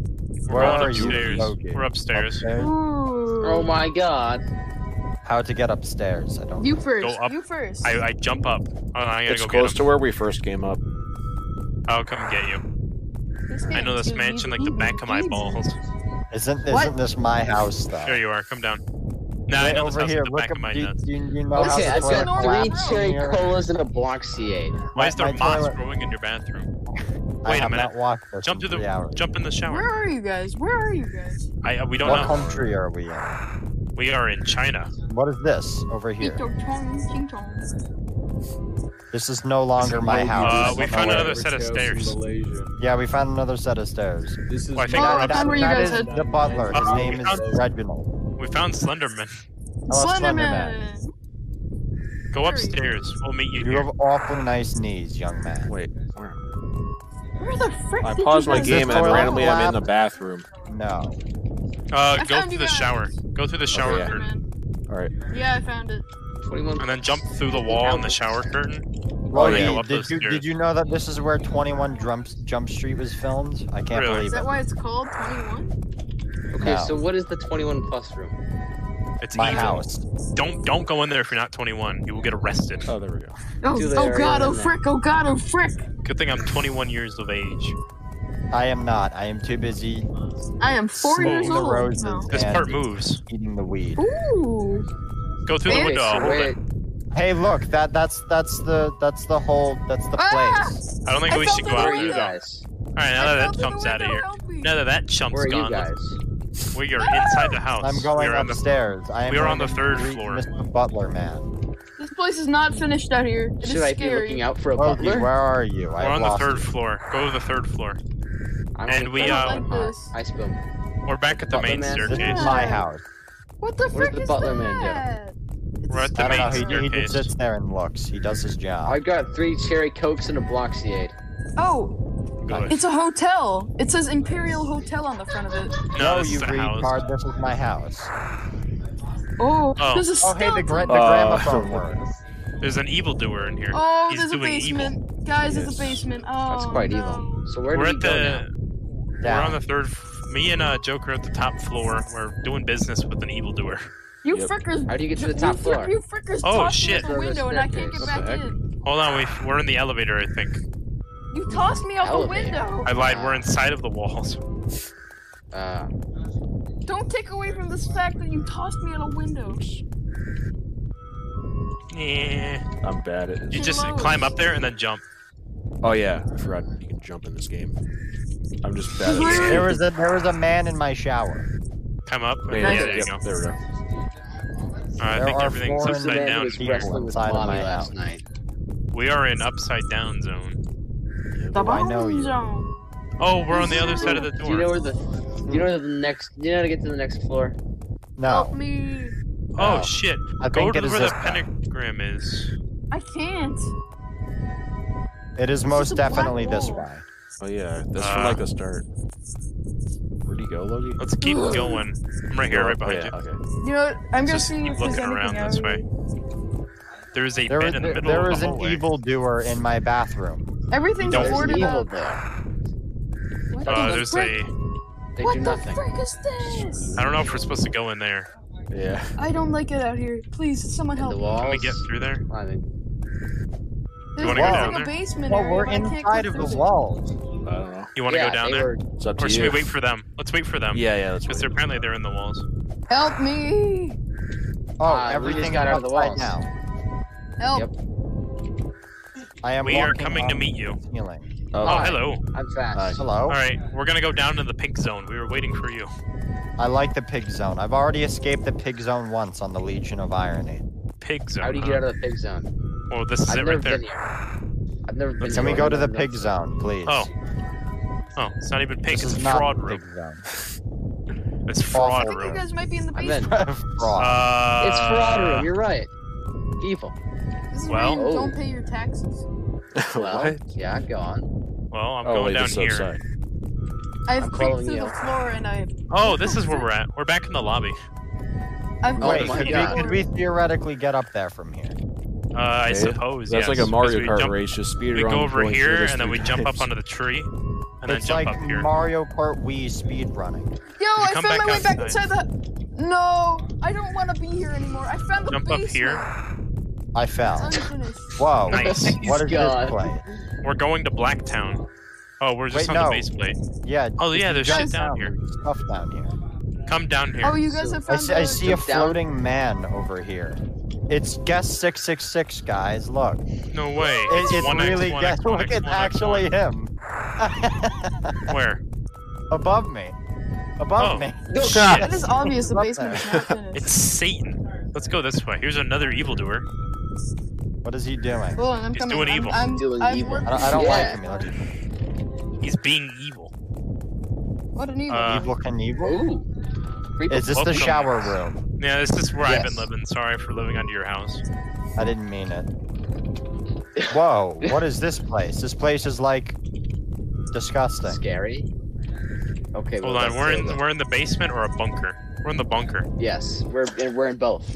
Speaker 5: We're
Speaker 4: Where
Speaker 5: all
Speaker 4: are you?
Speaker 5: upstairs.
Speaker 4: Okay.
Speaker 5: We're upstairs.
Speaker 4: Upstairs?
Speaker 6: Ooh.
Speaker 8: Oh my god.
Speaker 4: How to get upstairs? I don't.
Speaker 6: You first.
Speaker 5: Go up.
Speaker 6: You first.
Speaker 5: I, I jump up. Oh, I gotta
Speaker 1: It's
Speaker 5: go
Speaker 1: close
Speaker 5: get
Speaker 1: to
Speaker 5: him.
Speaker 1: where we first came up.
Speaker 5: I'll come get you.
Speaker 6: This
Speaker 5: I know
Speaker 6: man's
Speaker 5: this
Speaker 6: giving me
Speaker 5: mansion like the
Speaker 6: evil
Speaker 5: back of my
Speaker 6: evil.
Speaker 5: balls.
Speaker 4: Isn't
Speaker 6: What?
Speaker 4: isn't this my house though?
Speaker 5: There you are. Come down. Nah, I
Speaker 4: Right
Speaker 5: know this
Speaker 4: over
Speaker 5: house
Speaker 4: here.
Speaker 5: like the
Speaker 4: Look
Speaker 5: back
Speaker 4: up.
Speaker 5: of my
Speaker 4: do,
Speaker 5: nuts.
Speaker 4: do you know how
Speaker 8: Okay,
Speaker 4: the
Speaker 8: I've
Speaker 4: toilet
Speaker 8: got three
Speaker 4: collapsed
Speaker 8: cherry
Speaker 4: here?
Speaker 8: colas and a block C8.
Speaker 5: Why is
Speaker 4: my-
Speaker 5: there
Speaker 4: my
Speaker 5: moss
Speaker 4: toilet-
Speaker 5: growing in your bathroom?
Speaker 4: I
Speaker 5: Wait a
Speaker 4: have
Speaker 5: minute.
Speaker 4: not walked this
Speaker 5: Jump
Speaker 4: in
Speaker 5: to the-
Speaker 4: three hours.
Speaker 5: Jump in the
Speaker 6: Where
Speaker 5: shower.
Speaker 6: are you guys? Where are you guys?
Speaker 5: I uh, we don't
Speaker 4: What
Speaker 5: know.
Speaker 4: country are we in?
Speaker 5: We are in China.
Speaker 4: What is this over here?
Speaker 6: Pinto chong, ching chong.
Speaker 4: This is no longer my house.
Speaker 5: Uh, we
Speaker 4: I don't
Speaker 5: found
Speaker 4: know
Speaker 5: another
Speaker 4: where-
Speaker 5: set of
Speaker 10: Cockroaches
Speaker 5: stairs.
Speaker 10: in Malaysia.
Speaker 4: Yeah, we found another set of stairs.
Speaker 10: This is
Speaker 5: Well, I think
Speaker 10: my-
Speaker 5: we're
Speaker 4: That-
Speaker 5: up-
Speaker 6: where you
Speaker 4: that
Speaker 6: guys
Speaker 4: is
Speaker 6: had-
Speaker 4: the butler. His
Speaker 5: Uh,
Speaker 4: name
Speaker 5: we
Speaker 4: is
Speaker 5: found-
Speaker 4: Reginald.
Speaker 5: We found Slenderman.
Speaker 4: Hello,
Speaker 6: Slenderman.
Speaker 5: Go
Speaker 6: Where are you?
Speaker 5: upstairs. We'll meet you
Speaker 4: You
Speaker 5: here.
Speaker 4: have awful nice knees, young man.
Speaker 1: Wait.
Speaker 6: Where the frick
Speaker 1: I
Speaker 6: did you
Speaker 1: paused my
Speaker 6: guys-
Speaker 1: game and
Speaker 4: Toilet
Speaker 1: randomly I'm in the
Speaker 4: collapse.
Speaker 1: bathroom.
Speaker 4: No.
Speaker 5: Uh,
Speaker 6: I
Speaker 5: go
Speaker 6: found
Speaker 5: through
Speaker 6: you
Speaker 5: the
Speaker 6: guys.
Speaker 5: shower. Go through the shower
Speaker 1: yeah.
Speaker 5: curtain,
Speaker 6: Slenderman.
Speaker 1: Alright.
Speaker 6: Yeah, I found it.
Speaker 8: 21.
Speaker 5: and then jump through the wall in the shower curtain.
Speaker 4: Well,
Speaker 5: yeah,
Speaker 4: you-
Speaker 5: go up
Speaker 4: did
Speaker 5: those
Speaker 4: you
Speaker 5: stairs.
Speaker 4: did you know that this is where 21 Jump Jump Street was filmed? I can't
Speaker 5: Really?
Speaker 6: Is
Speaker 4: believe
Speaker 6: that
Speaker 4: it.
Speaker 6: why it's called 21?
Speaker 8: Okay,
Speaker 4: No.
Speaker 8: so what is the 21 plus room?
Speaker 5: It's
Speaker 4: My
Speaker 5: evil.
Speaker 4: house.
Speaker 5: Don't don't go in there if you're not 21. You will get arrested.
Speaker 1: Oh, there we go.
Speaker 6: Oh,
Speaker 8: Do they
Speaker 6: oh
Speaker 8: already
Speaker 6: god, oh
Speaker 8: have that?
Speaker 6: frick, oh god, oh frick.
Speaker 5: Good thing I'm 21 years of age.
Speaker 4: I am not. I am too busy
Speaker 6: I am four
Speaker 4: Smoking
Speaker 6: years
Speaker 4: the
Speaker 6: old.
Speaker 4: roses.
Speaker 6: now.
Speaker 5: This
Speaker 4: And-
Speaker 5: part moves.
Speaker 4: eating the weed.
Speaker 6: Ooh.
Speaker 5: Go through the
Speaker 8: Okay,
Speaker 5: window. I'll
Speaker 8: so
Speaker 5: hold it.
Speaker 8: wait,
Speaker 4: Hey, look. That that's that's the that's the whole that's the
Speaker 6: Ah!
Speaker 4: place.
Speaker 5: I don't think
Speaker 6: I
Speaker 5: we
Speaker 6: fell
Speaker 5: should go
Speaker 6: through
Speaker 5: out
Speaker 8: where
Speaker 6: the
Speaker 8: are
Speaker 5: here
Speaker 8: you
Speaker 5: though. All
Speaker 8: guys?
Speaker 5: right, now
Speaker 6: I
Speaker 5: that
Speaker 6: fell
Speaker 5: that
Speaker 6: through the
Speaker 5: chump's out of
Speaker 6: window,
Speaker 5: here.
Speaker 6: help me.
Speaker 5: Now that that chump's
Speaker 8: Where are you
Speaker 5: gone, let's-
Speaker 8: guys?
Speaker 5: We are inside the house.
Speaker 4: I'm going
Speaker 5: we are on the,
Speaker 4: upstairs. I am
Speaker 5: we are
Speaker 4: going
Speaker 5: on the
Speaker 4: to
Speaker 5: third
Speaker 4: greet
Speaker 5: floor.
Speaker 4: Mr. Butler man.
Speaker 6: This place is not finished out here. It is
Speaker 8: Should I be
Speaker 6: scary.
Speaker 8: looking out for a
Speaker 4: Loki, where
Speaker 8: butler?
Speaker 4: are you?
Speaker 5: We're
Speaker 4: I've
Speaker 5: on the
Speaker 4: lost
Speaker 5: third
Speaker 4: you.
Speaker 5: floor. Go to the third floor.
Speaker 8: I'm
Speaker 5: And
Speaker 8: gonna
Speaker 5: we,
Speaker 8: go
Speaker 5: uh,
Speaker 8: out
Speaker 6: Like this.
Speaker 8: I spilled.
Speaker 5: We're back at the
Speaker 8: Butler
Speaker 5: main
Speaker 8: man.
Speaker 4: This
Speaker 5: staircase.
Speaker 4: is
Speaker 6: Yeah.
Speaker 4: my house.
Speaker 6: What the
Speaker 8: Where's
Speaker 6: frick
Speaker 8: the
Speaker 6: is
Speaker 8: butler man doing?
Speaker 6: that?
Speaker 5: We're at the
Speaker 4: I don't know.
Speaker 5: main
Speaker 4: He, he just
Speaker 5: staircase.
Speaker 4: sits there and looks. He does his job.
Speaker 8: I got three cherry cokes and a bloxiade.
Speaker 6: Oh, [laughs]
Speaker 5: Good.
Speaker 6: it's a hotel. It says Imperial Hotel on the front of it.
Speaker 5: No, this
Speaker 4: you
Speaker 5: is a house.
Speaker 4: retard. This is my house.
Speaker 6: Oh,
Speaker 5: Oh.
Speaker 6: there's a
Speaker 4: Oh, hey, the,
Speaker 6: skeleton.
Speaker 4: gra- the
Speaker 1: Uh,
Speaker 8: [laughs]
Speaker 4: gramophone works.
Speaker 5: There's an evildoer in here.
Speaker 6: Oh,
Speaker 5: He's
Speaker 6: there's a
Speaker 5: doing evil.
Speaker 6: basement. Guys, there's
Speaker 9: Yes.
Speaker 6: a basement. Oh,
Speaker 8: That's quite
Speaker 6: no.
Speaker 8: evil. So where
Speaker 5: We're
Speaker 8: do we
Speaker 5: at
Speaker 8: go now?
Speaker 5: the. We're
Speaker 4: Down.
Speaker 5: on the third. f- Me and uh, Joker at the top floor. We're doing business with an evildoer.
Speaker 6: You
Speaker 1: Yep.
Speaker 6: frickers.
Speaker 8: How do you get to
Speaker 6: you
Speaker 8: the top
Speaker 6: frick-
Speaker 5: [laughs]
Speaker 8: floor?
Speaker 6: You frickers
Speaker 5: Oh,
Speaker 6: talked me
Speaker 5: shit.
Speaker 6: out the window and I can't get
Speaker 8: What
Speaker 6: back in.
Speaker 5: Hold on, we we're in the elevator, I think.
Speaker 6: You tossed me out the
Speaker 8: Elevator.
Speaker 6: window.
Speaker 5: I lied. We're inside of the walls. [laughs]
Speaker 8: Uh,
Speaker 6: Don't take away from this fact that you tossed me out a window.
Speaker 5: Yeah.
Speaker 1: I'm bad at
Speaker 5: You
Speaker 1: this.
Speaker 5: just climb up there and then jump.
Speaker 1: Oh yeah, I forgot you can jump in this game. I'm just bad at this.
Speaker 4: There was a there was a man in my shower.
Speaker 5: Come up. And,
Speaker 1: Wait,
Speaker 5: yeah,
Speaker 1: yep,
Speaker 5: there you go.
Speaker 1: there we go.
Speaker 5: All right, I
Speaker 4: There
Speaker 5: think
Speaker 4: are
Speaker 5: everything's
Speaker 4: four in
Speaker 5: upside
Speaker 8: man who
Speaker 5: down.
Speaker 8: was
Speaker 4: People
Speaker 8: wrestling with
Speaker 4: inside of
Speaker 8: mommy
Speaker 4: my
Speaker 8: last
Speaker 4: house.
Speaker 8: night.
Speaker 5: We are in upside down zone.
Speaker 4: Do I know
Speaker 6: bone
Speaker 4: you?
Speaker 6: zone.
Speaker 5: Oh, we're on the other side of the
Speaker 8: Do you know
Speaker 5: door.
Speaker 8: where the? Do you know where the next? Do you know how to get to the next floor?
Speaker 6: Help
Speaker 4: No,
Speaker 6: me.
Speaker 5: Oh shit!
Speaker 4: I
Speaker 5: Go
Speaker 4: think
Speaker 5: to
Speaker 4: it is
Speaker 5: where the
Speaker 4: this guy.
Speaker 5: pentagram is.
Speaker 6: I can't.
Speaker 4: It
Speaker 6: This
Speaker 4: is
Speaker 6: is
Speaker 4: most
Speaker 6: a black
Speaker 4: definitely this
Speaker 6: hole.
Speaker 4: way.
Speaker 1: Oh yeah, that's from
Speaker 5: Uh.
Speaker 1: like the start. Where'd he go, Loki?
Speaker 5: Let's
Speaker 8: [laughs]
Speaker 5: keep going. I'm right here, right
Speaker 1: Oh,
Speaker 5: behind
Speaker 1: yeah,
Speaker 5: you.
Speaker 1: Okay.
Speaker 6: You know, what? I'm gonna
Speaker 5: Just
Speaker 6: see
Speaker 5: keep
Speaker 6: if there's
Speaker 5: looking
Speaker 6: anything
Speaker 5: around
Speaker 6: out
Speaker 5: this
Speaker 6: here.
Speaker 5: way. There's a
Speaker 4: There
Speaker 5: bed
Speaker 4: was
Speaker 5: in the middle
Speaker 4: there
Speaker 5: of
Speaker 4: was
Speaker 5: the
Speaker 4: an
Speaker 5: hallway.
Speaker 4: evil doer in my bathroom.
Speaker 6: Everything's
Speaker 5: Don't-
Speaker 4: There's
Speaker 6: boarded
Speaker 4: evil
Speaker 6: up.
Speaker 4: there.
Speaker 6: What
Speaker 5: Uh,
Speaker 6: the
Speaker 5: there's
Speaker 6: frick?
Speaker 5: a.
Speaker 8: They
Speaker 6: what
Speaker 8: do
Speaker 6: the
Speaker 8: nothing.
Speaker 6: frick is this?
Speaker 5: I don't know if we're supposed to go in there.
Speaker 1: Yeah.
Speaker 6: I don't like it out here. Please, someone
Speaker 8: And
Speaker 6: help
Speaker 8: the
Speaker 6: me.
Speaker 8: walls.
Speaker 5: Can we get through there?
Speaker 8: climbing.
Speaker 6: There's
Speaker 5: wanna
Speaker 4: go
Speaker 6: walls
Speaker 4: down
Speaker 6: in the
Speaker 5: there?
Speaker 6: basement
Speaker 4: Well,
Speaker 6: area,
Speaker 4: we're
Speaker 6: but I can't go
Speaker 4: inside of the
Speaker 6: through there.
Speaker 4: walls.
Speaker 5: Uh,
Speaker 1: I don't know.
Speaker 5: You want to
Speaker 8: yeah,
Speaker 5: go down
Speaker 8: they
Speaker 5: there,
Speaker 8: Were,
Speaker 1: It's up to
Speaker 5: or
Speaker 1: you.
Speaker 5: should we wait for them? Let's wait for them.
Speaker 1: Yeah, yeah. That's
Speaker 5: Because apparently they're in the walls.
Speaker 6: Help me!
Speaker 4: Oh,
Speaker 8: Uh, we just
Speaker 4: everything
Speaker 8: got
Speaker 4: is
Speaker 8: out of the
Speaker 4: upside
Speaker 8: walls.
Speaker 4: down.
Speaker 6: Help!
Speaker 8: Yep.
Speaker 4: I am
Speaker 5: We are
Speaker 4: walking
Speaker 5: coming
Speaker 4: on
Speaker 5: to meet you.
Speaker 4: the ceiling.
Speaker 5: Oh,
Speaker 8: Hi.
Speaker 5: hello.
Speaker 8: I'm
Speaker 5: Uh,
Speaker 8: fast.
Speaker 4: Hello.
Speaker 5: All right, we're gonna go down to the pink zone. We were waiting for you.
Speaker 4: I like the pig zone. I've already escaped the pig zone once on the Legion of Irony.
Speaker 5: Pig zone.
Speaker 8: How do you get out of the pig zone?
Speaker 5: Well, this is
Speaker 8: I've
Speaker 5: it
Speaker 8: never
Speaker 5: right there.
Speaker 8: been here. I've never been.
Speaker 4: Can we
Speaker 8: here.
Speaker 4: go to the
Speaker 8: I've never-
Speaker 4: pig zone, please?
Speaker 5: Oh. Oh, it's not even pink.
Speaker 4: This
Speaker 5: It's a
Speaker 4: is not
Speaker 5: fraud
Speaker 4: the
Speaker 5: room.
Speaker 4: pig zone.
Speaker 5: It's fraud
Speaker 6: I think you
Speaker 5: room.
Speaker 6: guys might be in the
Speaker 8: I'm
Speaker 6: basement.
Speaker 8: in.
Speaker 4: fraud.
Speaker 5: Uh,
Speaker 8: It's fraud room. You're right. Evil.
Speaker 6: This is
Speaker 5: Well-
Speaker 4: Oh.
Speaker 6: where you don't pay your taxes.
Speaker 5: [laughs]
Speaker 8: Well, yeah, go on.
Speaker 5: Well, I'm
Speaker 1: oh,
Speaker 5: going
Speaker 1: wait,
Speaker 5: down
Speaker 1: this is
Speaker 5: here.
Speaker 1: outside.
Speaker 6: I've
Speaker 8: I'm
Speaker 6: creeped
Speaker 8: following
Speaker 6: through
Speaker 8: you.
Speaker 6: the floor and I've
Speaker 5: Oh, this is where we're at. We're back in the lobby.
Speaker 6: I've
Speaker 8: Oh
Speaker 4: Wait,
Speaker 8: my
Speaker 4: could we,
Speaker 8: God.
Speaker 4: could we theoretically get up there from here?
Speaker 5: Uh, I
Speaker 1: Yeah.
Speaker 5: suppose.
Speaker 1: That's
Speaker 5: yes,
Speaker 1: like a
Speaker 5: 'cause
Speaker 1: Mario
Speaker 5: we
Speaker 1: Kart
Speaker 5: jump-
Speaker 1: race. Just speed
Speaker 5: We
Speaker 1: around
Speaker 5: go over
Speaker 1: going through
Speaker 5: here
Speaker 1: this
Speaker 5: and then
Speaker 1: three
Speaker 5: we jump up
Speaker 1: times. [laughs]
Speaker 5: onto the tree, and
Speaker 4: it's
Speaker 5: then jump
Speaker 4: like
Speaker 5: up here.
Speaker 4: Mario Kart Wii speedrunning.
Speaker 6: Yo, I
Speaker 5: come
Speaker 6: found
Speaker 5: back
Speaker 6: my way back
Speaker 5: outside.
Speaker 6: inside the. No, I don't want to be here anymore. I found the
Speaker 5: Jump up
Speaker 6: basement.
Speaker 5: here.
Speaker 4: I fell.
Speaker 6: It's unfinished.
Speaker 4: Whoa.
Speaker 8: [laughs]
Speaker 5: Nice.
Speaker 4: What is
Speaker 8: Oh, God.
Speaker 4: this play?
Speaker 5: We're going to Blacktown. Oh, we're just
Speaker 4: Wait,
Speaker 5: on
Speaker 4: no.
Speaker 5: the base plate.
Speaker 4: Yeah.
Speaker 5: Oh yeah, there's
Speaker 6: guys
Speaker 5: shit down here.
Speaker 4: there's Stuff down here.
Speaker 5: Come down here.
Speaker 6: Oh, you guys have
Speaker 4: I
Speaker 6: found.
Speaker 4: see, I
Speaker 6: the-
Speaker 4: see a
Speaker 8: Jump down.
Speaker 4: floating man over here. It's guest 666, guys. Look.
Speaker 5: No way.
Speaker 4: It-
Speaker 5: It's,
Speaker 4: it's
Speaker 5: one
Speaker 4: really
Speaker 5: X, one
Speaker 4: guest.
Speaker 5: X, one
Speaker 4: Look,
Speaker 5: X,
Speaker 4: [laughs] it's
Speaker 5: one X,
Speaker 4: actually
Speaker 5: one.
Speaker 4: him.
Speaker 5: where?
Speaker 4: [laughs] Above me. Above
Speaker 5: Oh.
Speaker 4: me.
Speaker 6: That is obvious. The
Speaker 4: Up
Speaker 6: basement is
Speaker 4: there.
Speaker 6: not finished.
Speaker 5: It's Satan. Let's go this way. Here's another evildoer.
Speaker 4: What is he doing?
Speaker 6: Hold on, I'm
Speaker 5: He's
Speaker 6: coming.
Speaker 5: doing
Speaker 6: I'm,
Speaker 5: evil.
Speaker 6: I'm,
Speaker 8: Doing
Speaker 6: I've
Speaker 8: evil.
Speaker 6: worked-
Speaker 4: I don't, I don't
Speaker 8: Yeah.
Speaker 4: like him. He looks
Speaker 5: He's being evil.
Speaker 6: What an evil.
Speaker 5: Uh,
Speaker 4: evil Knievel.
Speaker 8: Ooh. Creepy.
Speaker 4: Is this the
Speaker 5: Welcome.
Speaker 4: shower room?
Speaker 5: Yeah, this is where I've been
Speaker 8: Yes.
Speaker 5: living. Sorry for living under your house.
Speaker 4: I didn't mean it. Whoa, what is this place? This place is like disgusting.
Speaker 8: scary? Okay.
Speaker 5: Hold
Speaker 8: well,
Speaker 5: on,
Speaker 8: that's
Speaker 5: we're in
Speaker 8: the-
Speaker 5: we're in the basement or a bunker. We're in the bunker.
Speaker 8: Yes, we're and we're in both.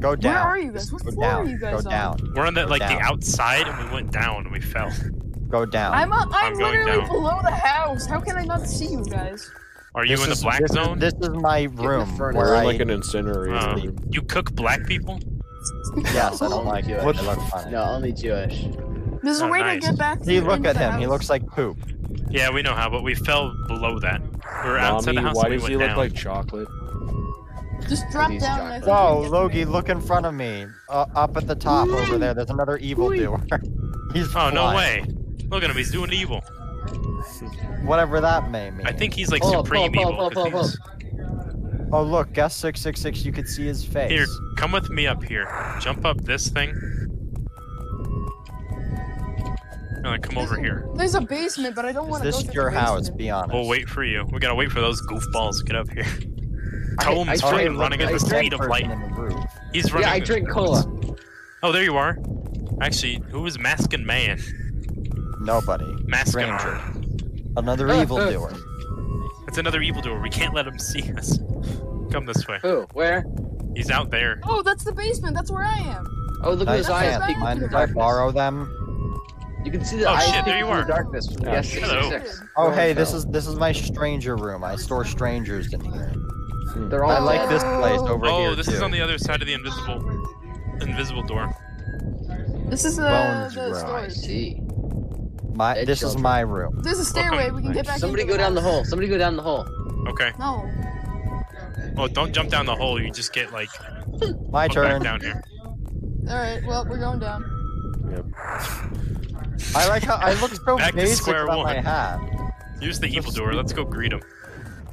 Speaker 5: [laughs]
Speaker 4: Go down.
Speaker 6: are you guys? What
Speaker 4: Just Go
Speaker 6: floor are
Speaker 4: down.
Speaker 6: you guys
Speaker 4: Go
Speaker 6: on?
Speaker 4: down.
Speaker 5: We're on the
Speaker 4: Go
Speaker 5: like
Speaker 4: down.
Speaker 5: the outside, and we went down and we fell.
Speaker 4: Go down.
Speaker 6: I'm, i I'm
Speaker 5: I'm going
Speaker 6: literally
Speaker 5: down.
Speaker 6: below the house. How can I not see you guys?
Speaker 5: Are you
Speaker 4: This
Speaker 5: in the
Speaker 4: is-
Speaker 5: black
Speaker 4: this is-
Speaker 5: zone?
Speaker 4: This is my room
Speaker 8: furnace.
Speaker 4: where
Speaker 1: We're
Speaker 4: I
Speaker 1: in like an incinerator.
Speaker 5: Uh,
Speaker 1: room.
Speaker 5: you cook black people?
Speaker 4: yes, I don't like it.
Speaker 8: What-
Speaker 4: They look funny.
Speaker 8: No, only Jewish.
Speaker 6: There's a
Speaker 5: Oh,
Speaker 6: way
Speaker 5: nice.
Speaker 6: to get back.
Speaker 4: See,
Speaker 6: to
Speaker 4: look
Speaker 6: into
Speaker 4: at
Speaker 6: the
Speaker 4: him. He
Speaker 6: house.
Speaker 4: looks like poop.
Speaker 5: Yeah, we know how, but we fell below that. We were outside the
Speaker 1: Mommy,
Speaker 5: house.
Speaker 1: why
Speaker 5: and we
Speaker 1: does
Speaker 5: went
Speaker 1: he look
Speaker 5: down.
Speaker 1: like chocolate?
Speaker 6: Just drop
Speaker 8: He's
Speaker 6: down. And I think
Speaker 4: Whoa,
Speaker 6: you can get
Speaker 4: Oh, Logie,
Speaker 6: me.
Speaker 4: look in front of me. Uh, up at the top over there. There's another evil doer. [laughs] He's
Speaker 5: Oh no
Speaker 4: flying.
Speaker 5: way! Look at him. He's doing evil.
Speaker 4: Whatever that may mean.
Speaker 5: I think he's like
Speaker 8: Pull up,
Speaker 5: supreme
Speaker 8: pull up,
Speaker 5: evil.
Speaker 8: pull up, pull up,
Speaker 5: 'cause
Speaker 4: Oh look, Gus six six six. You can see his face.
Speaker 5: Here, come with me up here. Jump up this thing. And then come over here.
Speaker 6: There's a basement, but I don't
Speaker 4: Is
Speaker 6: want to go
Speaker 4: this
Speaker 6: through
Speaker 4: your
Speaker 6: the
Speaker 4: house?
Speaker 6: basement.
Speaker 4: Be honest.
Speaker 5: We'll wait for you. We gotta wait for those goofballs to get up here.
Speaker 8: I-
Speaker 5: Toem's
Speaker 8: I
Speaker 5: is
Speaker 4: Oh,
Speaker 8: drink-
Speaker 5: fucking running at
Speaker 8: I
Speaker 5: the
Speaker 8: drink
Speaker 5: speed of
Speaker 4: Person
Speaker 5: light.
Speaker 4: in the roof.
Speaker 5: He's running.
Speaker 8: Yeah, I drink cola.
Speaker 5: Oh, there you are. Actually, who was Maskin Man?
Speaker 4: Nobody.
Speaker 5: Maskin
Speaker 4: Ranger.
Speaker 5: Man.
Speaker 6: [laughs]
Speaker 4: Another
Speaker 8: Uh,
Speaker 4: evil
Speaker 8: uh.
Speaker 4: doer.
Speaker 5: That's another evildoer. We can't let him see us. Come this way.
Speaker 8: Who? Where?
Speaker 5: He's out there.
Speaker 6: Oh, that's the basement. That's where I am.
Speaker 8: Oh, look at
Speaker 4: Nice
Speaker 8: his eyes
Speaker 6: fan.
Speaker 8: peeking
Speaker 4: Mind
Speaker 8: through
Speaker 4: if
Speaker 8: the
Speaker 4: I
Speaker 8: darkness.
Speaker 4: borrow them?
Speaker 8: You can see the
Speaker 5: Oh,
Speaker 8: eyes
Speaker 5: shit,
Speaker 8: peeking
Speaker 5: there you
Speaker 8: through
Speaker 5: are.
Speaker 8: the darkness from the
Speaker 9: Oh,
Speaker 8: S six six six.
Speaker 4: Oh
Speaker 9: Yeah,
Speaker 4: hey,
Speaker 9: sure.
Speaker 4: this is this is my stranger room. I store strangers in here.
Speaker 8: They're all
Speaker 4: I like this place
Speaker 6: Oh.
Speaker 4: over
Speaker 5: oh,
Speaker 4: here
Speaker 5: this
Speaker 4: too.
Speaker 5: is on the other side of the invisible, invisible door.
Speaker 6: This is uh,
Speaker 4: Bones
Speaker 6: the
Speaker 4: row.
Speaker 8: I
Speaker 6: storage.
Speaker 8: see.
Speaker 4: my
Speaker 8: dead
Speaker 4: this is
Speaker 8: children.
Speaker 4: my room.
Speaker 6: There's a stairway. We can get back.
Speaker 8: Somebody
Speaker 6: into
Speaker 8: go down the
Speaker 6: house.
Speaker 8: hole. Somebody go down the hole.
Speaker 5: Okay.
Speaker 6: No.
Speaker 5: Oh, don't jump down the hole. You just get like
Speaker 4: My
Speaker 5: put back
Speaker 4: turn.
Speaker 5: down here.
Speaker 6: All right. Well, we're going down.
Speaker 4: I like how I look so
Speaker 5: [laughs] Back to
Speaker 4: basic
Speaker 5: square
Speaker 4: about my
Speaker 5: one.
Speaker 4: hat.
Speaker 5: Here's the evil door. Let's go greet him.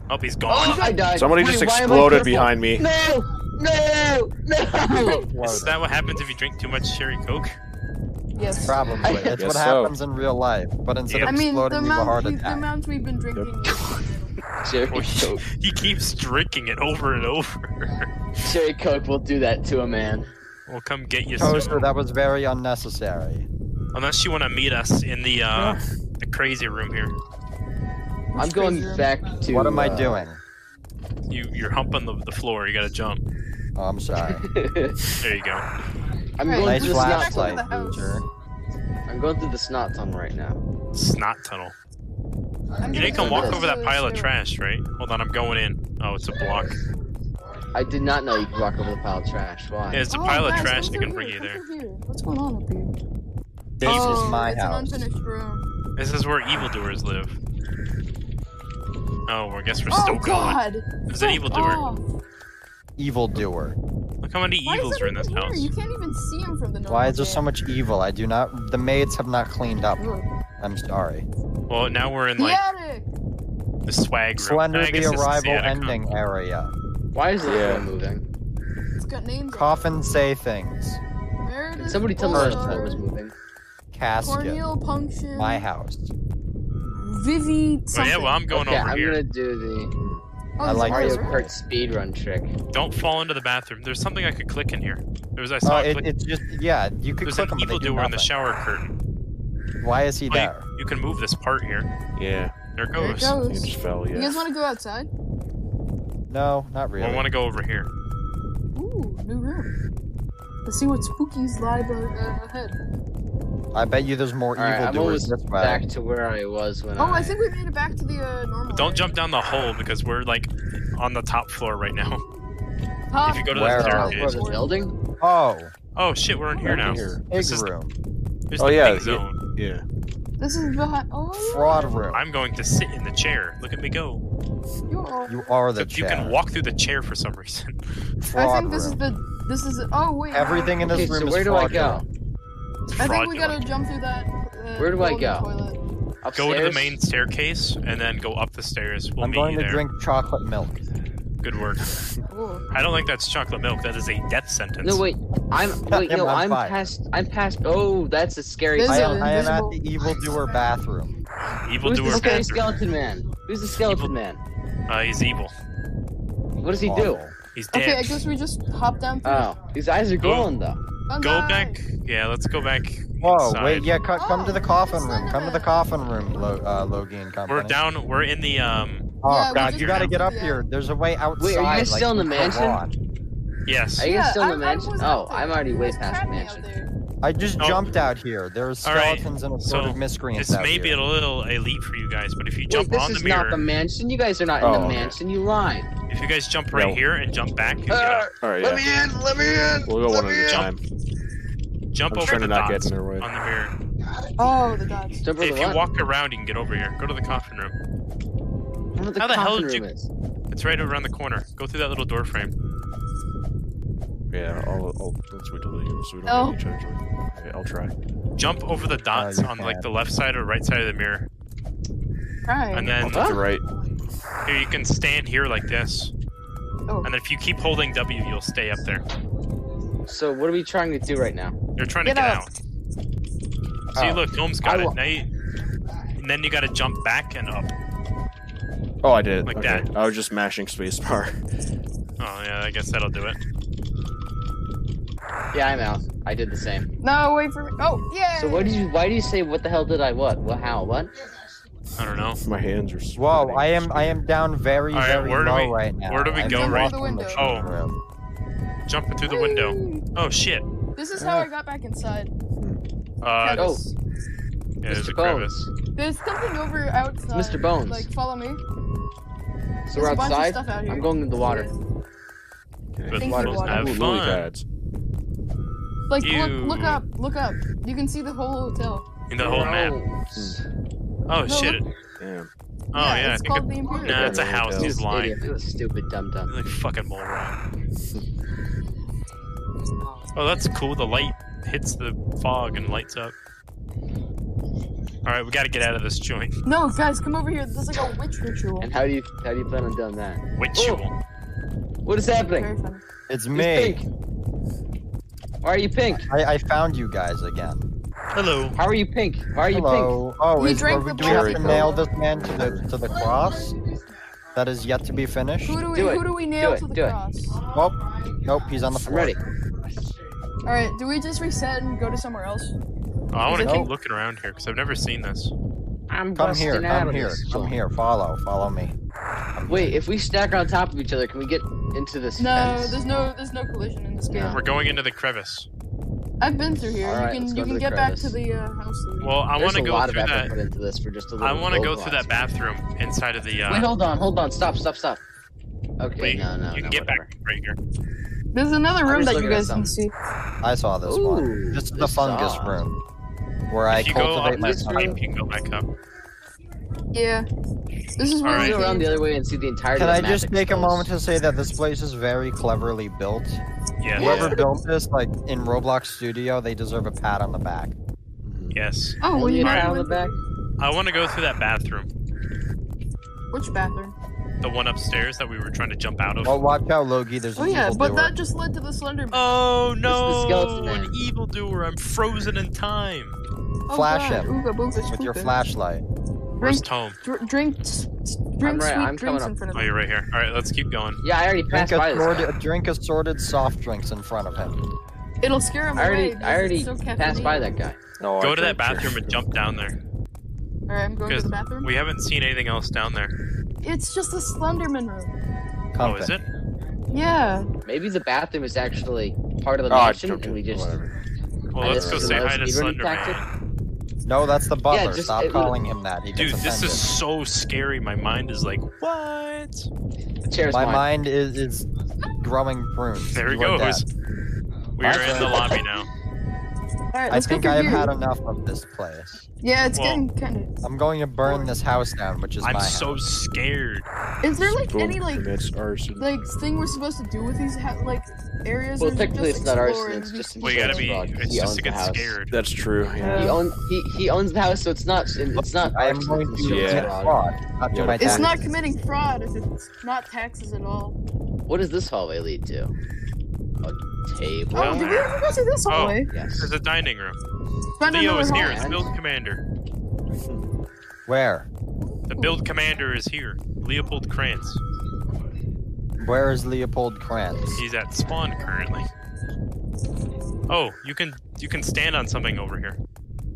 Speaker 5: Oh, he's
Speaker 8: Oh,
Speaker 5: gone.
Speaker 8: I died.
Speaker 1: Somebody
Speaker 8: Wait,
Speaker 1: just
Speaker 8: why am I
Speaker 1: exploded
Speaker 8: purple?
Speaker 1: behind me.
Speaker 8: No! No! No!
Speaker 5: [laughs] Is that what happens if you drink too much cherry coke? [laughs]
Speaker 6: Yes.
Speaker 4: Probably.
Speaker 8: I
Speaker 4: It's
Speaker 1: guess
Speaker 4: what
Speaker 1: so.
Speaker 4: happens in real life. But instead
Speaker 5: Yeah.
Speaker 6: I
Speaker 4: of
Speaker 6: mean, the
Speaker 4: exploding, you have a
Speaker 6: amount,
Speaker 4: heart
Speaker 6: we, the
Speaker 5: [laughs]
Speaker 4: attack.
Speaker 6: amount we've been drinking.
Speaker 8: Cherry
Speaker 5: Well,
Speaker 8: Coke.
Speaker 5: he, he keeps drinking it over and over. [laughs]
Speaker 8: Cherry Coke will do that to a man.
Speaker 5: we'll come get you
Speaker 4: Toaster,
Speaker 5: soon.
Speaker 4: that was very unnecessary.
Speaker 5: Unless you want to meet us in the uh, the crazy room here.
Speaker 8: I'm going back to.
Speaker 4: What am I
Speaker 8: [laughs] uh,
Speaker 4: doing?
Speaker 5: You you're humping the, the floor. You gotta jump.
Speaker 6: [laughs]
Speaker 4: Oh, I'm sorry.
Speaker 5: There you go.
Speaker 8: I'm
Speaker 6: Hey,
Speaker 8: going
Speaker 4: nice
Speaker 8: through the
Speaker 6: just
Speaker 8: snot
Speaker 6: back to
Speaker 4: flashlight,
Speaker 8: tunnel.
Speaker 6: the house.
Speaker 4: loser.
Speaker 8: I'm going through the snot tunnel right now.
Speaker 5: Snot tunnel.
Speaker 6: I'm
Speaker 5: You
Speaker 6: gonna
Speaker 5: didn't come
Speaker 6: go
Speaker 5: walk
Speaker 6: down
Speaker 5: over that
Speaker 6: the
Speaker 5: pile of
Speaker 6: stairway.
Speaker 5: trash, right? Hold on, I'm going in. Oh, it's a block.
Speaker 8: I did not know you could walk over the pile of trash. Why?
Speaker 5: Yeah, it's a
Speaker 6: Oh,
Speaker 5: pile of
Speaker 6: guys,
Speaker 5: trash.
Speaker 6: come
Speaker 5: They
Speaker 6: through
Speaker 5: can bring
Speaker 6: here,
Speaker 5: you there.
Speaker 6: come through here. What's going on up here?
Speaker 4: This
Speaker 6: oh,
Speaker 4: is my
Speaker 6: it's
Speaker 4: house.
Speaker 6: an unfinished room.
Speaker 5: This is where evildoers live. Oh, well, I guess we're
Speaker 6: Oh
Speaker 5: still going.
Speaker 6: God!
Speaker 5: There's an evildoer.
Speaker 6: Oh,
Speaker 4: Evil doer.
Speaker 5: Look how many
Speaker 6: why is
Speaker 5: evils are in this
Speaker 6: everyone here?
Speaker 5: house.
Speaker 6: You can't even see him from the normal
Speaker 4: Why is there so
Speaker 6: van.
Speaker 4: much evil? I do not. The maids have not cleaned up.
Speaker 6: Look.
Speaker 4: I'm sorry.
Speaker 5: Well, now we're in
Speaker 6: The
Speaker 5: like
Speaker 6: attic.
Speaker 5: the swag room.
Speaker 4: Slender
Speaker 5: I guess
Speaker 4: the
Speaker 5: this is
Speaker 4: arrival
Speaker 5: attic, huh?
Speaker 4: ending area.
Speaker 8: Why is the
Speaker 9: Yeah.
Speaker 8: floor moving?
Speaker 6: It's got names. on
Speaker 4: Coffin say things.
Speaker 6: it. Meredith
Speaker 8: Did somebody tell me that the
Speaker 6: Bulldog,
Speaker 8: floor was moving?
Speaker 4: Casket.
Speaker 6: Corneal punction.
Speaker 4: My house.
Speaker 6: Vivi.
Speaker 5: Oh,
Speaker 6: Something.
Speaker 5: yeah, well, I'm going
Speaker 8: okay,
Speaker 5: over
Speaker 8: I'm
Speaker 5: here.
Speaker 8: gonna do the
Speaker 6: Oh,
Speaker 4: I
Speaker 6: it's
Speaker 4: like
Speaker 6: Mario
Speaker 8: Mario
Speaker 4: this
Speaker 6: Kart.
Speaker 8: Kart speedrun trick.
Speaker 5: Don't fall into the bathroom. There's something I could click in here. There was I saw
Speaker 4: Uh,
Speaker 5: a
Speaker 4: it,
Speaker 5: click.
Speaker 4: it's just yeah. You could
Speaker 5: There's
Speaker 4: click
Speaker 5: an
Speaker 4: them, but they do
Speaker 5: evildoer in the
Speaker 4: nothing.
Speaker 5: shower curtain.
Speaker 4: Why is he
Speaker 5: Oh, you-
Speaker 4: there?
Speaker 5: you, can move this part here.
Speaker 1: Yeah,
Speaker 6: There
Speaker 5: There it
Speaker 6: it
Speaker 5: goes.
Speaker 1: I think it
Speaker 6: goes.
Speaker 1: just fell.
Speaker 6: You guys
Speaker 1: Yeah.
Speaker 6: want to go outside?
Speaker 4: No, not really.
Speaker 5: I want to go over here.
Speaker 6: Ooh, new room. Let's see what spookies lie be- uh, ahead.
Speaker 4: I bet you there's more
Speaker 8: All right,
Speaker 4: evil
Speaker 8: I'm
Speaker 4: doers
Speaker 8: almost
Speaker 4: this way.
Speaker 8: back to where I was when
Speaker 6: Oh, I think we made it back to the uh, normal.
Speaker 5: Don't
Speaker 6: area.
Speaker 5: jump down the hole because we're like on the top floor right now. [laughs]
Speaker 6: Huh?
Speaker 5: If you go to
Speaker 4: Where
Speaker 5: the
Speaker 4: are
Speaker 8: Top
Speaker 5: staircase.
Speaker 8: floor of the building.
Speaker 4: Oh,
Speaker 5: Oh shit, we're in here now.
Speaker 4: egg
Speaker 5: This is-
Speaker 4: room,
Speaker 5: Here's
Speaker 1: Oh,
Speaker 5: the
Speaker 1: yeah,
Speaker 5: pink
Speaker 1: yeah.
Speaker 5: zone.
Speaker 1: Yeah.
Speaker 6: This is behind. Oh,
Speaker 4: fraud room.
Speaker 5: I'm going to sit in the chair. Look at me go.
Speaker 6: yeah. You're all-
Speaker 4: You are the
Speaker 5: Except you can
Speaker 4: chair.
Speaker 5: walk through the chair for some reason. [laughs]
Speaker 4: Fraud
Speaker 6: I think this
Speaker 4: room.
Speaker 6: is the. This is. Oh wait.
Speaker 4: Everything in this
Speaker 8: Okay,
Speaker 4: room
Speaker 8: so
Speaker 4: is
Speaker 8: where do I go?
Speaker 4: fraudulent.
Speaker 5: It's
Speaker 6: I think we
Speaker 5: fraudulent.
Speaker 6: gotta jump through that. Uh,
Speaker 8: Where do I
Speaker 6: golden
Speaker 8: go?
Speaker 6: Toilet.
Speaker 5: Go
Speaker 8: Upstairs?
Speaker 5: to the main staircase and then go up the stairs. We'll
Speaker 4: I'm
Speaker 5: meet
Speaker 4: going
Speaker 5: you
Speaker 4: to
Speaker 5: there.
Speaker 4: drink chocolate milk.
Speaker 5: Good work.
Speaker 6: Ooh.
Speaker 5: I don't think that's chocolate milk. That is a death sentence.
Speaker 8: No, wait.
Speaker 4: [laughs]
Speaker 8: I'm wait.
Speaker 4: Him
Speaker 8: No,
Speaker 4: on
Speaker 8: I'm
Speaker 4: fire.
Speaker 8: past. I'm past. Oh, that's a scary.
Speaker 6: This
Speaker 4: I
Speaker 6: is
Speaker 4: am,
Speaker 8: skeleton.
Speaker 4: I am at
Speaker 6: invisible-
Speaker 4: the evildoer bathroom.
Speaker 8: Who's
Speaker 5: Evildoer
Speaker 8: the scary
Speaker 5: bathroom.
Speaker 8: skeleton man? Who's the skeleton man?
Speaker 5: Uh, he's evil.
Speaker 8: What does he do?
Speaker 4: Awful.
Speaker 5: He's dead.
Speaker 6: Okay, I guess we just hop down through.
Speaker 8: Oh, his eyes are glowing though.
Speaker 6: Bye
Speaker 5: Go
Speaker 6: bye.
Speaker 5: back. Yeah, let's go back.
Speaker 4: Whoa,
Speaker 5: inside.
Speaker 4: wait, yeah, co- come to the
Speaker 6: Oh,
Speaker 4: coffin
Speaker 6: it's
Speaker 4: room.
Speaker 6: not
Speaker 4: Come to the
Speaker 6: bad.
Speaker 4: coffin room, Lo- uh, Logie and company.
Speaker 5: We're down. We're in the um.
Speaker 4: Oh,
Speaker 6: Yeah, we
Speaker 4: God,
Speaker 5: just-
Speaker 4: you gotta get up
Speaker 6: Yeah.
Speaker 4: here. There's a way outside.
Speaker 8: guys
Speaker 4: like,
Speaker 8: still in the
Speaker 4: we can
Speaker 8: mansion?
Speaker 4: walk.
Speaker 5: Yes.
Speaker 8: Are you guys
Speaker 6: Yeah,
Speaker 8: still in
Speaker 6: I-
Speaker 8: the
Speaker 6: I
Speaker 8: mansion?
Speaker 6: was
Speaker 8: Oh,
Speaker 6: out there.
Speaker 8: I'm already
Speaker 6: You
Speaker 8: way
Speaker 6: guys
Speaker 8: past
Speaker 6: trapped
Speaker 8: the
Speaker 6: me out
Speaker 8: mansion.
Speaker 6: there.
Speaker 4: I just
Speaker 5: Oh.
Speaker 4: jumped out here. There are
Speaker 5: All right,
Speaker 4: skeletons and
Speaker 5: so
Speaker 4: assorted miscreants
Speaker 5: This
Speaker 4: out
Speaker 5: may be
Speaker 4: here.
Speaker 5: a little elite for you guys, but if you
Speaker 8: Wait,
Speaker 5: jump
Speaker 8: this
Speaker 5: on the
Speaker 8: is
Speaker 5: mirror,
Speaker 8: not the mansion. You guys are not
Speaker 1: Oh,
Speaker 8: in the
Speaker 1: okay.
Speaker 8: mansion. You lied.
Speaker 5: if you guys jump right
Speaker 1: No.
Speaker 5: here and jump back, and get
Speaker 8: Uh,
Speaker 5: up,
Speaker 1: All right. Yeah.
Speaker 10: me in! Let me in!
Speaker 1: We'll go one at a time.
Speaker 5: Jump jump
Speaker 1: I'm
Speaker 5: over
Speaker 1: trying
Speaker 5: the
Speaker 1: to not
Speaker 5: dots
Speaker 1: get in
Speaker 5: on
Speaker 1: their way.
Speaker 5: the mirror.
Speaker 6: Oh, the dots.
Speaker 8: Jump over
Speaker 5: If
Speaker 8: the
Speaker 5: you
Speaker 8: what?
Speaker 5: walk around, you can get over here. Go to the coffin room.
Speaker 8: I don't know what
Speaker 5: How the hell
Speaker 8: coffin
Speaker 5: did you-
Speaker 8: room is.
Speaker 5: It's right around the corner. Go through that little door frame.
Speaker 1: Yeah. I'll, I'll, let's wait till they go so we don't
Speaker 6: Oh.
Speaker 1: get each other's way. Okay, I'll try.
Speaker 5: Jump over the dots
Speaker 4: you
Speaker 5: on like
Speaker 4: can.
Speaker 5: the left side or right side of the mirror,
Speaker 6: Right.
Speaker 5: and then
Speaker 6: Oh,
Speaker 1: I'll take the right.
Speaker 5: here you can stand here like this.
Speaker 6: Oh.
Speaker 5: And then if you keep holding W, you'll stay up there.
Speaker 8: So what are we trying to do right now?
Speaker 5: They're trying to
Speaker 6: Get
Speaker 5: get
Speaker 6: up.
Speaker 5: out. See,
Speaker 8: Oh.
Speaker 5: look, Gnome's got
Speaker 8: I
Speaker 5: it.
Speaker 8: wa-
Speaker 5: Now you, and then you gotta jump back and up.
Speaker 1: Oh, I did.
Speaker 5: Like
Speaker 1: okay.
Speaker 5: that.
Speaker 1: I was just mashing spacebar.
Speaker 5: Oh, yeah, I guess that'll do it.
Speaker 8: Yeah, I'm out. I did the same.
Speaker 6: No, wait for me. Oh, yeah.
Speaker 8: So what did you? Why do you say what the hell did I what? What how what?
Speaker 5: I don't know.
Speaker 1: [laughs] My hands are. sweating.
Speaker 4: Whoa, I am I am down very
Speaker 5: All right,
Speaker 4: very
Speaker 5: where do
Speaker 4: low
Speaker 5: we-
Speaker 4: right now.
Speaker 5: where do we
Speaker 4: I'm
Speaker 5: go
Speaker 4: not
Speaker 5: right- Oh.
Speaker 4: in
Speaker 6: The window.
Speaker 4: control room.
Speaker 5: Jumping through the window. Oh, shit.
Speaker 6: This is how I got back inside.
Speaker 5: Uh,
Speaker 8: Uh-huh. Oh,
Speaker 6: Yes.
Speaker 5: yeah, there's a
Speaker 8: Mr.
Speaker 5: crevice.
Speaker 8: Bones.
Speaker 6: There's something over outside.
Speaker 8: Mr. Bones.
Speaker 6: uh, Like, follow me.
Speaker 8: So
Speaker 6: There's
Speaker 8: we're
Speaker 6: a bunch of
Speaker 8: outside.
Speaker 6: stuff out here.
Speaker 8: I'm going in the water.
Speaker 5: Good
Speaker 6: Thank you,
Speaker 5: Bones,
Speaker 6: Water.
Speaker 5: Have
Speaker 1: Ooh, lily
Speaker 5: fun.
Speaker 1: pads.
Speaker 6: Like, look, look
Speaker 5: Ew.
Speaker 6: up, look up. You can see the whole hotel.
Speaker 5: In the whole map.
Speaker 8: Gross.
Speaker 5: Oh,
Speaker 6: look.
Speaker 5: shit.
Speaker 1: Damn.
Speaker 5: Oh, yeah, I
Speaker 6: It's
Speaker 5: think
Speaker 6: called
Speaker 5: it,
Speaker 6: the Imperial.
Speaker 5: Nah, it's a
Speaker 1: Yeah,
Speaker 5: house.
Speaker 1: yeah.
Speaker 5: He's lying.
Speaker 8: Idiot, you stupid dum
Speaker 5: He's
Speaker 8: dum.
Speaker 5: like a fucking moron. Oh, that's cool. The light hits the fog and lights up. Alright, we gotta get out of this joint.
Speaker 6: No, guys, come over here. This is like a witch ritual.
Speaker 8: And how do you how do you plan on doing that?
Speaker 5: Witch
Speaker 8: Oh.
Speaker 5: jewel.
Speaker 8: What is happening?
Speaker 6: Very funny.
Speaker 4: It's
Speaker 8: He's
Speaker 4: me.
Speaker 8: pink. Why are you pink?
Speaker 4: I, I found you guys again.
Speaker 5: Hello.
Speaker 8: How are you pink? Why are you pink?
Speaker 4: Hello. Oh,
Speaker 6: He
Speaker 4: is,
Speaker 6: drank
Speaker 4: are we-
Speaker 6: the
Speaker 4: do we have to
Speaker 8: Jericho.
Speaker 4: nail this man to the to the cross? That is yet to be finished.
Speaker 6: Who do we
Speaker 8: Do it.
Speaker 6: who do we nail
Speaker 8: Do it.
Speaker 6: to the
Speaker 8: Do it.
Speaker 6: cross?
Speaker 4: Nope. Nope. He's on the
Speaker 8: I'm
Speaker 4: floor.
Speaker 8: ready.
Speaker 6: All right, do we just reset and go to somewhere else?
Speaker 5: Oh, I wanna
Speaker 6: Hello.
Speaker 5: keep looking around here because I've never seen this.
Speaker 8: I'm
Speaker 4: Come
Speaker 8: busting
Speaker 4: here.
Speaker 8: out
Speaker 4: Come
Speaker 8: of
Speaker 4: here.
Speaker 8: this
Speaker 4: Come
Speaker 8: joint.
Speaker 4: here. Follow. Follow me.
Speaker 8: Wait, if we stack on top of each other, can we get into this
Speaker 6: No,
Speaker 8: fence?
Speaker 6: there's no there's no collision in this game.
Speaker 5: We're going into the crevice.
Speaker 6: I've been through here.
Speaker 8: All right,
Speaker 6: you
Speaker 8: let's
Speaker 6: can you
Speaker 8: go to
Speaker 6: can
Speaker 8: the
Speaker 6: get
Speaker 8: crevice.
Speaker 6: back to the uh, house. later.
Speaker 5: Well, I
Speaker 8: There's
Speaker 5: wanna
Speaker 8: a
Speaker 5: go
Speaker 8: lot of
Speaker 5: through
Speaker 8: effort
Speaker 5: that.
Speaker 8: put into this for just a little
Speaker 5: I wanna go through that
Speaker 8: back.
Speaker 5: bathroom inside of the.
Speaker 8: Wait,
Speaker 5: Uh,
Speaker 8: hold on, hold on, stop, stop, stop. Okay,
Speaker 5: Wait,
Speaker 8: no, no,
Speaker 5: you
Speaker 8: no,
Speaker 5: can get
Speaker 8: whatever.
Speaker 5: back right here.
Speaker 6: There's another
Speaker 8: I
Speaker 6: room
Speaker 8: was
Speaker 6: that you
Speaker 8: looking at
Speaker 6: guys can see.
Speaker 4: I saw this
Speaker 8: Ooh,
Speaker 4: one. This is the
Speaker 8: this uh, is
Speaker 4: fungus
Speaker 8: odd.
Speaker 4: room, where I
Speaker 5: if you go up
Speaker 4: cultivate my
Speaker 5: this
Speaker 8: myself.
Speaker 5: pipe, you can go back up.
Speaker 6: Yeah. This is where
Speaker 5: All
Speaker 8: Can
Speaker 6: we
Speaker 5: right.
Speaker 8: we go around the
Speaker 6: came.
Speaker 8: other way and see the entirety
Speaker 4: Can
Speaker 8: of
Speaker 4: I
Speaker 8: the map
Speaker 4: just make a
Speaker 8: exposed?
Speaker 4: moment to say that this place is very cleverly built?
Speaker 5: Yes.
Speaker 4: Whoever built this, like in Roblox Studio, they deserve a pat on the back.
Speaker 5: Yes.
Speaker 6: Oh, well,
Speaker 8: Only
Speaker 6: you
Speaker 8: an
Speaker 6: know.
Speaker 5: Alright.
Speaker 8: eye on
Speaker 6: we
Speaker 8: the
Speaker 6: went
Speaker 8: back?
Speaker 5: I want to go through that bathroom,
Speaker 6: through- Which bathroom?
Speaker 5: the one upstairs that we were trying to jump out of.
Speaker 4: Well, watch out, Logie. There's
Speaker 6: Oh
Speaker 4: an
Speaker 6: yeah, but
Speaker 4: evildoer.
Speaker 6: that just led to the Slender Man.
Speaker 5: Oh
Speaker 8: the skeleton
Speaker 5: no!
Speaker 8: man.
Speaker 5: An evildoer! I'm frozen in time.
Speaker 6: Oh,
Speaker 4: flash
Speaker 6: God.
Speaker 4: him
Speaker 6: Ooga booga
Speaker 4: with your
Speaker 6: spooka.
Speaker 4: flashlight.
Speaker 5: Where's Tome?
Speaker 6: Dr- drink, s- s- drink sweet
Speaker 8: right, I'm coming
Speaker 6: drinks
Speaker 8: up.
Speaker 6: in front of
Speaker 5: Oh,
Speaker 6: me.
Speaker 5: you're right here. All right, let's keep going.
Speaker 8: Yeah, I already
Speaker 4: Drink
Speaker 8: passed by this guy.
Speaker 4: assorted, drink assorted soft drinks in front of him.
Speaker 6: It'll scare him away.
Speaker 8: I already,
Speaker 6: because
Speaker 8: I already
Speaker 6: it's so
Speaker 8: passed by
Speaker 6: caffeinated.
Speaker 8: that guy.
Speaker 1: No,
Speaker 5: go
Speaker 1: I
Speaker 5: to that
Speaker 1: drank your-
Speaker 5: bathroom and jump down there.
Speaker 6: All right, I'm going to the bathroom.
Speaker 5: We haven't seen anything else down there.
Speaker 6: It's just the Slenderman room.
Speaker 5: Oh,
Speaker 4: Comfort.
Speaker 5: is it?
Speaker 6: Yeah.
Speaker 8: Maybe the bathroom is actually part of the
Speaker 1: Oh, I
Speaker 8: mansion,
Speaker 1: jumped
Speaker 8: and we
Speaker 1: in.
Speaker 8: just
Speaker 1: Whatever.
Speaker 5: Well,
Speaker 8: I
Speaker 5: let's go
Speaker 8: just
Speaker 5: say hi to
Speaker 8: realized speedrunning
Speaker 5: Slender
Speaker 8: tactic.
Speaker 5: Man.
Speaker 4: No, that's the butler.
Speaker 8: just-
Speaker 4: Stop
Speaker 8: it would've-
Speaker 4: calling him that. He
Speaker 5: Dude,
Speaker 4: gets
Speaker 5: this
Speaker 4: offended.
Speaker 5: is so scary. My mind is like, what?
Speaker 8: the chair's
Speaker 4: My
Speaker 8: mine.
Speaker 4: mind is, is growing prunes.
Speaker 5: There it
Speaker 4: You are
Speaker 5: goes.
Speaker 4: dead.
Speaker 5: We are in the lobby now.
Speaker 6: All right,
Speaker 4: I
Speaker 6: let's
Speaker 4: think
Speaker 6: go
Speaker 4: I
Speaker 6: through
Speaker 4: have
Speaker 6: here.
Speaker 4: had enough of this place.
Speaker 6: Yeah, it's
Speaker 5: Well-
Speaker 6: getting kind of.
Speaker 4: I'm going to burn this house down, which is my
Speaker 5: I'm
Speaker 4: house.
Speaker 5: so scared.
Speaker 6: Is there like
Speaker 1: Boom
Speaker 6: any like
Speaker 1: commits arson.
Speaker 6: like thing we're supposed to do with these ha- like areas?
Speaker 8: Well,
Speaker 6: or is it
Speaker 8: technically,
Speaker 6: just
Speaker 8: it's not
Speaker 6: explore
Speaker 8: arson.
Speaker 6: and
Speaker 8: It's
Speaker 6: be-
Speaker 8: just
Speaker 5: Well, you gotta be.
Speaker 8: Fraud.
Speaker 5: It's
Speaker 8: He
Speaker 5: just
Speaker 8: owns
Speaker 5: to
Speaker 8: the
Speaker 5: get
Speaker 8: house.
Speaker 5: scared.
Speaker 1: That's true. Yeah.
Speaker 8: He owns he, he owns the house, so it's not it's not.
Speaker 4: I am
Speaker 8: arson,
Speaker 4: going
Speaker 8: it's
Speaker 4: to
Speaker 8: insurance
Speaker 1: Yeah.
Speaker 4: commit
Speaker 8: fraud.
Speaker 4: fraud after
Speaker 1: Yeah.
Speaker 4: my
Speaker 6: It's
Speaker 4: taxes.
Speaker 6: not committing fraud if it's not taxes at all.
Speaker 8: What does this hallway lead to? A table.
Speaker 5: Well,
Speaker 6: oh, did we ever go through this
Speaker 5: Oh.
Speaker 6: hallway?
Speaker 8: Yes.
Speaker 5: There's a dining room.
Speaker 6: Found
Speaker 5: Leo
Speaker 6: another
Speaker 5: is here.
Speaker 6: hallway.
Speaker 5: It's Build Commander.
Speaker 4: Where?
Speaker 5: The Build Commander is here. Leopold Krantz.
Speaker 4: Where is Leopold Kranz?
Speaker 5: He's at spawn currently. Oh, you can you can stand on something over here.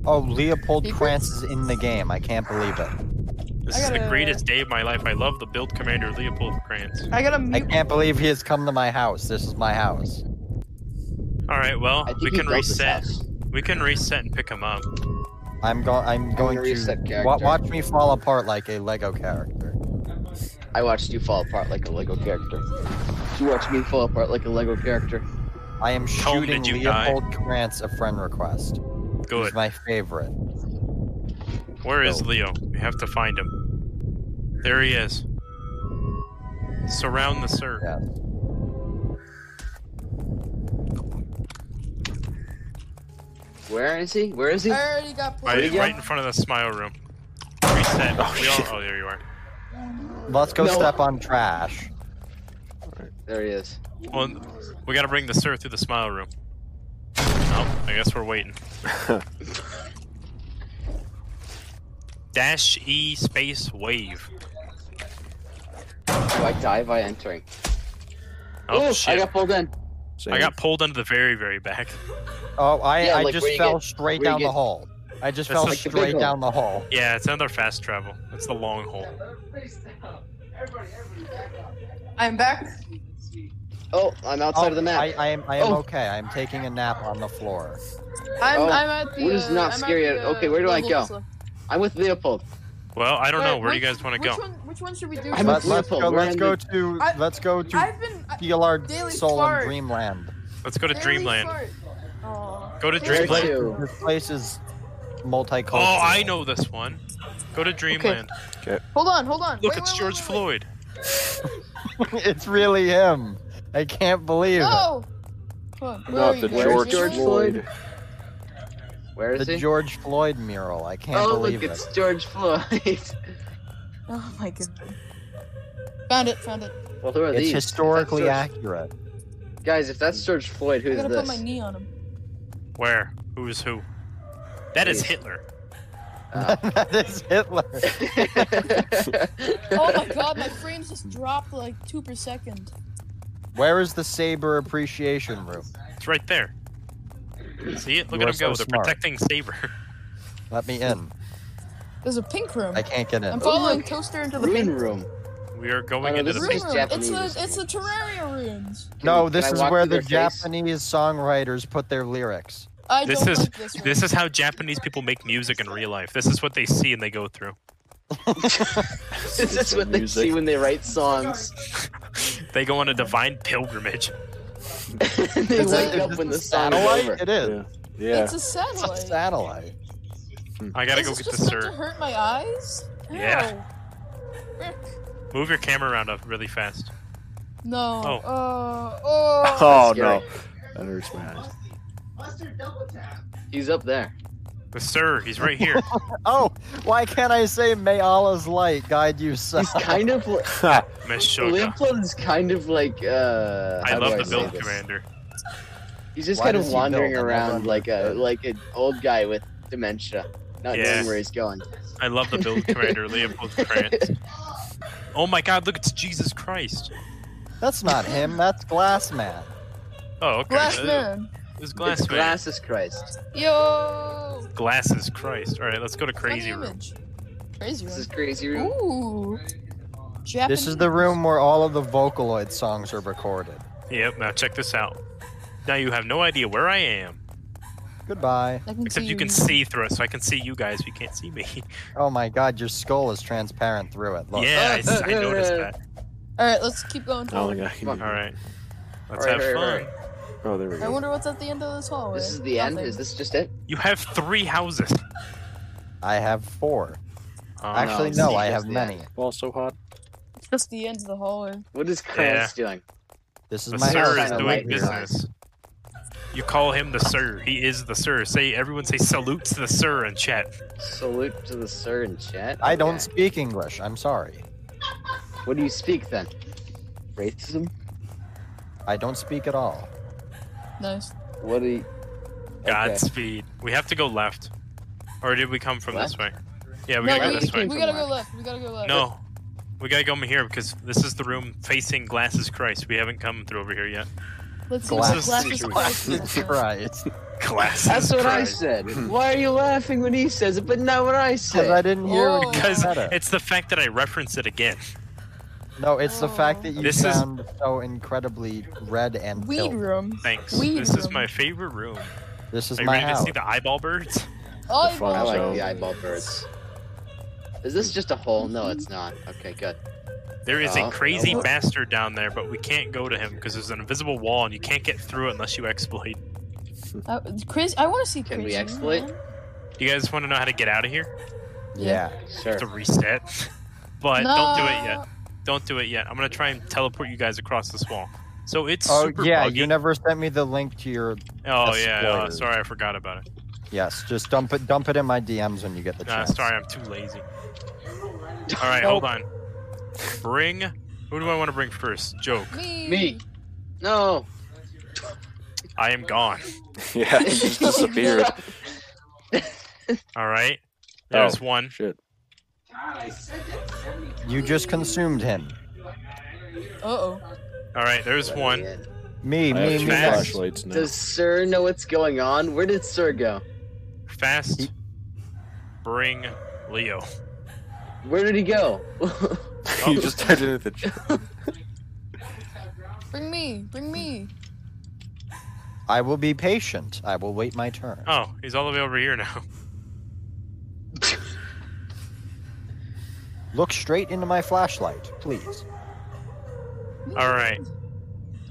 Speaker 4: Oh, Leopold
Speaker 6: Secret?
Speaker 4: Kranz is in the game. I can't believe it.
Speaker 5: This
Speaker 6: I
Speaker 5: is the
Speaker 6: gotta-
Speaker 5: greatest day of my life. I love the build commander Leopold Krantz.
Speaker 6: I gotta
Speaker 4: I
Speaker 6: mute.
Speaker 4: can't believe he has come to my house. This is my house.
Speaker 5: All right, well
Speaker 8: I think
Speaker 5: we
Speaker 8: he
Speaker 5: can
Speaker 8: built this
Speaker 5: reset.
Speaker 8: house.
Speaker 5: We can reset and pick him up.
Speaker 4: I'm going. I'm going
Speaker 8: gonna
Speaker 4: to
Speaker 8: reset
Speaker 4: wa-
Speaker 8: character.
Speaker 4: watch me fall apart like a Lego character.
Speaker 8: I watched you fall apart like a Lego character. You watched me fall apart like a Lego character.
Speaker 4: I am
Speaker 5: Tom, did
Speaker 4: shooting
Speaker 5: you die?
Speaker 4: Leopold Krantz a friend request.
Speaker 5: Good.
Speaker 4: He's my favorite.
Speaker 5: Where is Leo? We have to find him. There he is. Surround the sir.
Speaker 4: Yeah.
Speaker 8: Where is he? Where is he?
Speaker 6: I already got played.
Speaker 5: Right, right in front of the smile room. Reset. we all, oh, there you are.
Speaker 4: Let's go
Speaker 8: No.
Speaker 4: step on trash.
Speaker 8: There he is.
Speaker 5: Well, we gotta bring the sir through the smile room. Oh, I guess we're waiting. Dash E space wave.
Speaker 8: Do I die by entering?
Speaker 5: Oh,
Speaker 8: Ooh, I
Speaker 5: shit.
Speaker 8: got pulled in.
Speaker 1: Same.
Speaker 5: I got pulled into the very, very back.
Speaker 4: Oh, I,
Speaker 8: Yeah,
Speaker 4: I
Speaker 8: like
Speaker 4: just
Speaker 8: where you
Speaker 4: fell
Speaker 8: get-
Speaker 4: straight
Speaker 8: where you
Speaker 4: down the
Speaker 8: get-
Speaker 4: hall. I just
Speaker 5: That's
Speaker 4: fell
Speaker 5: like
Speaker 8: the big
Speaker 4: straight
Speaker 8: one.
Speaker 4: down the hall.
Speaker 5: Yeah, it's another fast travel. It's the long hole.
Speaker 6: I'm back.
Speaker 8: Oh, I'm outside
Speaker 4: Oh,
Speaker 8: of the map.
Speaker 4: I, I am, I am
Speaker 8: Oh.
Speaker 4: okay. I'm taking a nap on the floor.
Speaker 6: I'm,
Speaker 8: Oh,
Speaker 6: I'm at the.
Speaker 8: what is
Speaker 6: uh,
Speaker 8: not
Speaker 6: I'm at
Speaker 8: scary
Speaker 6: the,
Speaker 8: at-
Speaker 6: uh,
Speaker 8: okay, where do I
Speaker 6: level
Speaker 8: go?
Speaker 6: also.
Speaker 8: I'm with Leopold.
Speaker 5: Well, I don't know.
Speaker 6: Alright,
Speaker 5: Where do you
Speaker 6: which-
Speaker 5: guys want to
Speaker 6: which
Speaker 5: go?
Speaker 6: One, which one should we do?
Speaker 8: I'm
Speaker 4: Let,
Speaker 8: with
Speaker 6: first?
Speaker 4: let's go.
Speaker 8: Leopold. We're
Speaker 4: Let's
Speaker 8: in
Speaker 4: go
Speaker 8: the-
Speaker 4: to.
Speaker 6: I-
Speaker 4: Let's go to
Speaker 6: I've been. I,
Speaker 4: Gillard
Speaker 6: Daily
Speaker 4: Soul
Speaker 6: Fart.
Speaker 4: Dreamland.
Speaker 5: Let's go to
Speaker 6: barely
Speaker 5: Dreamland.
Speaker 6: fart. Aw.
Speaker 5: Go to
Speaker 6: Where
Speaker 8: Where
Speaker 6: Dreamland.
Speaker 5: Dreamland.
Speaker 8: to?
Speaker 4: This place is multicultural.
Speaker 5: Oh,
Speaker 4: [laughs]
Speaker 5: I know this one. Go to Dreamland.
Speaker 6: Hold on, hold on.
Speaker 5: Look,
Speaker 6: Wait,
Speaker 5: it's
Speaker 6: wait,
Speaker 5: George
Speaker 6: wait, wait, wait.
Speaker 5: Floyd.
Speaker 4: it's really him. I can't believe
Speaker 8: Oh,
Speaker 4: it.
Speaker 6: No. Fuck, Oh! where are
Speaker 1: Not
Speaker 6: you
Speaker 1: the
Speaker 6: guys?
Speaker 8: Where's
Speaker 1: George,
Speaker 8: George
Speaker 1: Floyd.
Speaker 8: Floyd? Where is
Speaker 4: The
Speaker 8: he?
Speaker 4: George Floyd mural. I can't
Speaker 8: Oh,
Speaker 4: believe
Speaker 8: look,
Speaker 4: it.
Speaker 8: it's George Floyd. [laughs]
Speaker 6: Oh my god. Found it, found it.
Speaker 8: well, who are
Speaker 4: It's
Speaker 8: these?
Speaker 4: historically
Speaker 8: That's
Speaker 4: accurate.
Speaker 8: George- Guys, if that's George Floyd,
Speaker 6: I
Speaker 8: who's
Speaker 6: gotta put my
Speaker 8: this?
Speaker 6: knee [laughs] on him.
Speaker 5: Where? Who is who? That is
Speaker 8: Jeez.
Speaker 5: Hitler.
Speaker 8: Oh.
Speaker 4: [laughs] that is Hitler.
Speaker 8: [laughs]
Speaker 6: Oh my god, my frames just dropped like two per second.
Speaker 4: Where is the saber appreciation room?
Speaker 5: It's right there. See it? Look
Speaker 4: You
Speaker 5: at
Speaker 4: are
Speaker 5: him go.
Speaker 4: so
Speaker 5: They're
Speaker 4: smart.
Speaker 5: protecting Saber. [laughs]
Speaker 4: Let me in.
Speaker 6: There's a pink room.
Speaker 4: I can't get
Speaker 6: I'm
Speaker 4: in.
Speaker 6: following Toaster into the
Speaker 8: Rune
Speaker 6: pink
Speaker 8: room.
Speaker 5: We are going
Speaker 8: Oh, no,
Speaker 5: into
Speaker 8: this
Speaker 5: the
Speaker 8: is
Speaker 6: room.
Speaker 5: space.
Speaker 8: nice Japanese.
Speaker 6: It's the it's the terraria rooms.
Speaker 4: No,
Speaker 8: Can
Speaker 4: this
Speaker 8: I
Speaker 4: is
Speaker 8: walk
Speaker 4: where
Speaker 8: through
Speaker 4: the
Speaker 8: their face?
Speaker 4: Japanese songwriters put their
Speaker 8: [laughs]
Speaker 4: lyrics. [laughs]
Speaker 6: I
Speaker 5: This
Speaker 6: don't
Speaker 5: is-
Speaker 6: like this room.
Speaker 5: This is how Japanese people make music in real life. This is what they see and they go through.
Speaker 8: This is what they see when they write songs.
Speaker 5: They go on a divine pilgrimage.
Speaker 8: [laughs] they
Speaker 4: Is it-
Speaker 8: wake
Speaker 4: is
Speaker 8: up
Speaker 4: this
Speaker 8: when
Speaker 4: a
Speaker 8: the song's
Speaker 4: satellite?
Speaker 8: over.
Speaker 4: It is.
Speaker 1: Yeah.
Speaker 6: It's a
Speaker 4: It's a
Speaker 6: satellite.
Speaker 4: satellite.
Speaker 5: I gotta
Speaker 6: Is
Speaker 5: go
Speaker 6: this
Speaker 5: get the
Speaker 6: just meant to
Speaker 5: sir.
Speaker 6: hurt my eyes?
Speaker 5: Yeah.
Speaker 6: Ow. Rick.
Speaker 5: Move your camera around up really fast.
Speaker 6: No.
Speaker 5: Oh.
Speaker 6: Uh,
Speaker 5: [laughs]
Speaker 6: oh.
Speaker 1: [laughs] Oh
Speaker 8: Scary.
Speaker 1: no, that hurts my
Speaker 4: [laughs]
Speaker 1: eyes.
Speaker 8: He's up there.
Speaker 5: The sir, he's right here.
Speaker 4: Oh, why can't I say May Allah's light guide you
Speaker 8: [laughs]
Speaker 4: son?
Speaker 8: [laughs] He's kind of like
Speaker 5: Meshuggah.
Speaker 8: Leopold's kind of like uh
Speaker 5: I
Speaker 8: how do
Speaker 5: love the
Speaker 8: say
Speaker 5: build
Speaker 8: this?
Speaker 5: commander.
Speaker 8: He's just
Speaker 4: Why
Speaker 8: kind
Speaker 4: does
Speaker 8: of
Speaker 4: he build?
Speaker 8: wandering
Speaker 4: I don't
Speaker 8: around like a
Speaker 4: understand.
Speaker 8: like an old guy with dementia, not
Speaker 5: Yeah.
Speaker 8: knowing where
Speaker 5: [laughs]
Speaker 8: he's going.
Speaker 5: I love the build commander, Leopold
Speaker 8: [laughs]
Speaker 5: Krantz. Oh my god, look, it's Jesus Christ.
Speaker 4: That's not him. That's Glass Man.
Speaker 5: Oh, okay.
Speaker 6: Glass
Speaker 5: Uh,
Speaker 6: man.
Speaker 5: It's Glass
Speaker 8: it's
Speaker 5: Man.
Speaker 8: glasses, Christ.
Speaker 6: Yo.
Speaker 5: Glasses Christ. Alright, let's go to Crazy
Speaker 6: Funny
Speaker 5: Room.
Speaker 6: image. Crazy
Speaker 8: This
Speaker 6: room.
Speaker 8: is crazy room.
Speaker 6: Ooh. Japanese.
Speaker 4: This is the room where all of the Vocaloid songs are recorded.
Speaker 5: Yep, now check this out. Now you have no idea where I am.
Speaker 4: Goodbye.
Speaker 6: I can
Speaker 5: Except
Speaker 6: see
Speaker 5: you can see through it, so I can see you guys, but you can't see me. [laughs]
Speaker 4: Oh my god, your skull is transparent through it. Look.
Speaker 5: Yeah, I, s- I noticed that.
Speaker 6: All right, let's keep going.
Speaker 1: Oh my god. I can do-
Speaker 5: Alright. Let's
Speaker 8: Alright,
Speaker 5: have
Speaker 8: alright,
Speaker 5: fun.
Speaker 8: alright.
Speaker 1: Oh, there we
Speaker 6: I
Speaker 1: go.
Speaker 6: wonder what's at the end of this hallway.
Speaker 8: This is the end. Is this just it?
Speaker 5: You have three houses.
Speaker 4: I have four.
Speaker 5: Oh,
Speaker 4: Actually,
Speaker 8: no,
Speaker 4: no,
Speaker 8: see,
Speaker 4: I
Speaker 8: here's
Speaker 4: have
Speaker 8: the
Speaker 4: many.
Speaker 1: Ball so
Speaker 6: [laughs]
Speaker 1: hot. [laughs]
Speaker 6: It's just the end of the hallway.
Speaker 8: What is Krantz doing?
Speaker 4: This is
Speaker 5: The
Speaker 4: my
Speaker 5: sir
Speaker 4: house.
Speaker 5: is
Speaker 8: I
Speaker 5: doing
Speaker 8: like this.
Speaker 5: business. You call him the sir. He is the sir. Say everyone say salute to the sir in chat.
Speaker 8: Salute to the sir in chat.
Speaker 4: I don't
Speaker 8: Okay.
Speaker 4: speak English. I'm sorry.
Speaker 8: What do you speak then? Racism.
Speaker 4: I don't speak at
Speaker 5: [laughs]
Speaker 4: all.
Speaker 6: Nice.
Speaker 8: What do you?
Speaker 5: Godspeed. We have to go left. Or did we come from this way? Yeah, we
Speaker 6: no,
Speaker 5: gotta
Speaker 6: we,
Speaker 5: go this way.
Speaker 6: we gotta go left. We gotta go left.
Speaker 5: No. We gotta go over here because this is the room facing Glasses Christ. We haven't come through over here yet.
Speaker 6: Let's see.
Speaker 4: Glasses.
Speaker 6: Glasses.
Speaker 4: Jesus
Speaker 6: Glasses.
Speaker 4: Christ.
Speaker 5: Glasses
Speaker 8: That's what I
Speaker 5: Christ.
Speaker 8: said. Why are you laughing when he says it, but not when I
Speaker 4: Because
Speaker 8: say?
Speaker 4: I
Speaker 8: it?
Speaker 4: didn't hear what you
Speaker 5: Because
Speaker 4: said it.
Speaker 5: it's the fact that I referenced it again.
Speaker 4: No, it's the fact that you
Speaker 5: This is-
Speaker 4: sound so incredibly red and
Speaker 6: Weed
Speaker 4: pilled.
Speaker 6: room.
Speaker 5: Thanks.
Speaker 6: Weed
Speaker 5: this is
Speaker 6: room.
Speaker 5: my favorite room.
Speaker 4: This is
Speaker 5: Are you
Speaker 4: my
Speaker 5: ready to
Speaker 4: house.
Speaker 5: see the eyeball birds?
Speaker 6: Oh,
Speaker 1: fun
Speaker 8: I
Speaker 6: eyeball.
Speaker 8: like
Speaker 1: So-
Speaker 8: the eyeball birds. Is this just a hole? No, it's not. Okay, good.
Speaker 5: There is
Speaker 8: Oh,
Speaker 5: a crazy
Speaker 8: no.
Speaker 5: bastard down there, but we can't go to him because there's an invisible wall and you can't get through it unless you exploit.
Speaker 6: Uh, crazy. I want to see.
Speaker 8: Can we
Speaker 6: crazy room,
Speaker 8: exploit?
Speaker 6: man.
Speaker 5: You guys want to know how to get out of here?
Speaker 4: Yeah.
Speaker 8: Sure.
Speaker 5: To reset. [laughs] but
Speaker 6: no.
Speaker 5: don't do it yet. Don't do it yet. I'm gonna try and teleport you guys across this wall. So it's
Speaker 4: Oh
Speaker 5: super
Speaker 4: yeah,
Speaker 5: buggy.
Speaker 4: you never sent me the link to your
Speaker 5: oh
Speaker 4: the
Speaker 5: yeah. oh,
Speaker 4: spoilers.
Speaker 5: sorry, I forgot about it.
Speaker 4: yes, just dump it dump it in my DMs when you get the
Speaker 5: Uh,
Speaker 4: chance.
Speaker 5: sorry, I'm too lazy. All right, hold on. Bring Who do I want to bring first? Joke.
Speaker 6: Me.
Speaker 8: Me. No.
Speaker 5: I am gone.
Speaker 1: yeah, she just
Speaker 8: [laughs]
Speaker 1: disappeared.
Speaker 5: All right. There's
Speaker 1: Oh.
Speaker 5: one.
Speaker 1: Shit.
Speaker 4: You just consumed him.
Speaker 6: Uh oh.
Speaker 5: All right. There's one.
Speaker 4: Me,
Speaker 1: I have
Speaker 4: me,
Speaker 1: two
Speaker 4: me.
Speaker 5: Max.
Speaker 4: Max.
Speaker 1: flashlights now.
Speaker 8: Does Sir know what's going on? Where did Sir go?
Speaker 5: Fast. Bring Leo.
Speaker 8: Where did he go? [laughs]
Speaker 1: [laughs] you just typed in the chat.
Speaker 6: Bring me. Bring me.
Speaker 4: I will be patient. I will wait my turn.
Speaker 5: Oh, he's all the way over here now. [laughs]
Speaker 4: Look straight into my flashlight, please.
Speaker 5: All right.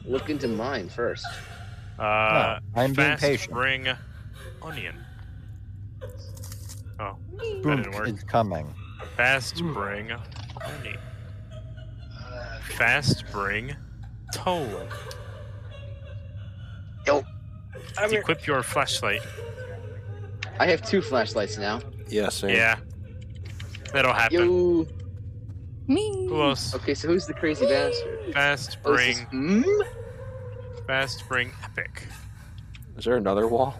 Speaker 8: Look into mine first.
Speaker 5: Uh,
Speaker 4: No, I'm being
Speaker 5: fast
Speaker 4: patient.
Speaker 5: Bring onion. Oh, that
Speaker 4: Boom
Speaker 5: didn't work.
Speaker 4: is coming.
Speaker 5: Fast bring onion. Fast bring toe.
Speaker 8: Yo.
Speaker 5: Equip your flashlight.
Speaker 8: I have two flashlights now.
Speaker 1: Yeah, same.
Speaker 5: Yeah. That'll happen.
Speaker 8: Yo.
Speaker 6: Me.
Speaker 5: Who else?
Speaker 8: Okay, so who's the crazy bastard?
Speaker 5: Fast
Speaker 8: Oh, this
Speaker 5: bring.
Speaker 8: is- Hmm?
Speaker 5: Fast bring epic.
Speaker 1: Is there another wall?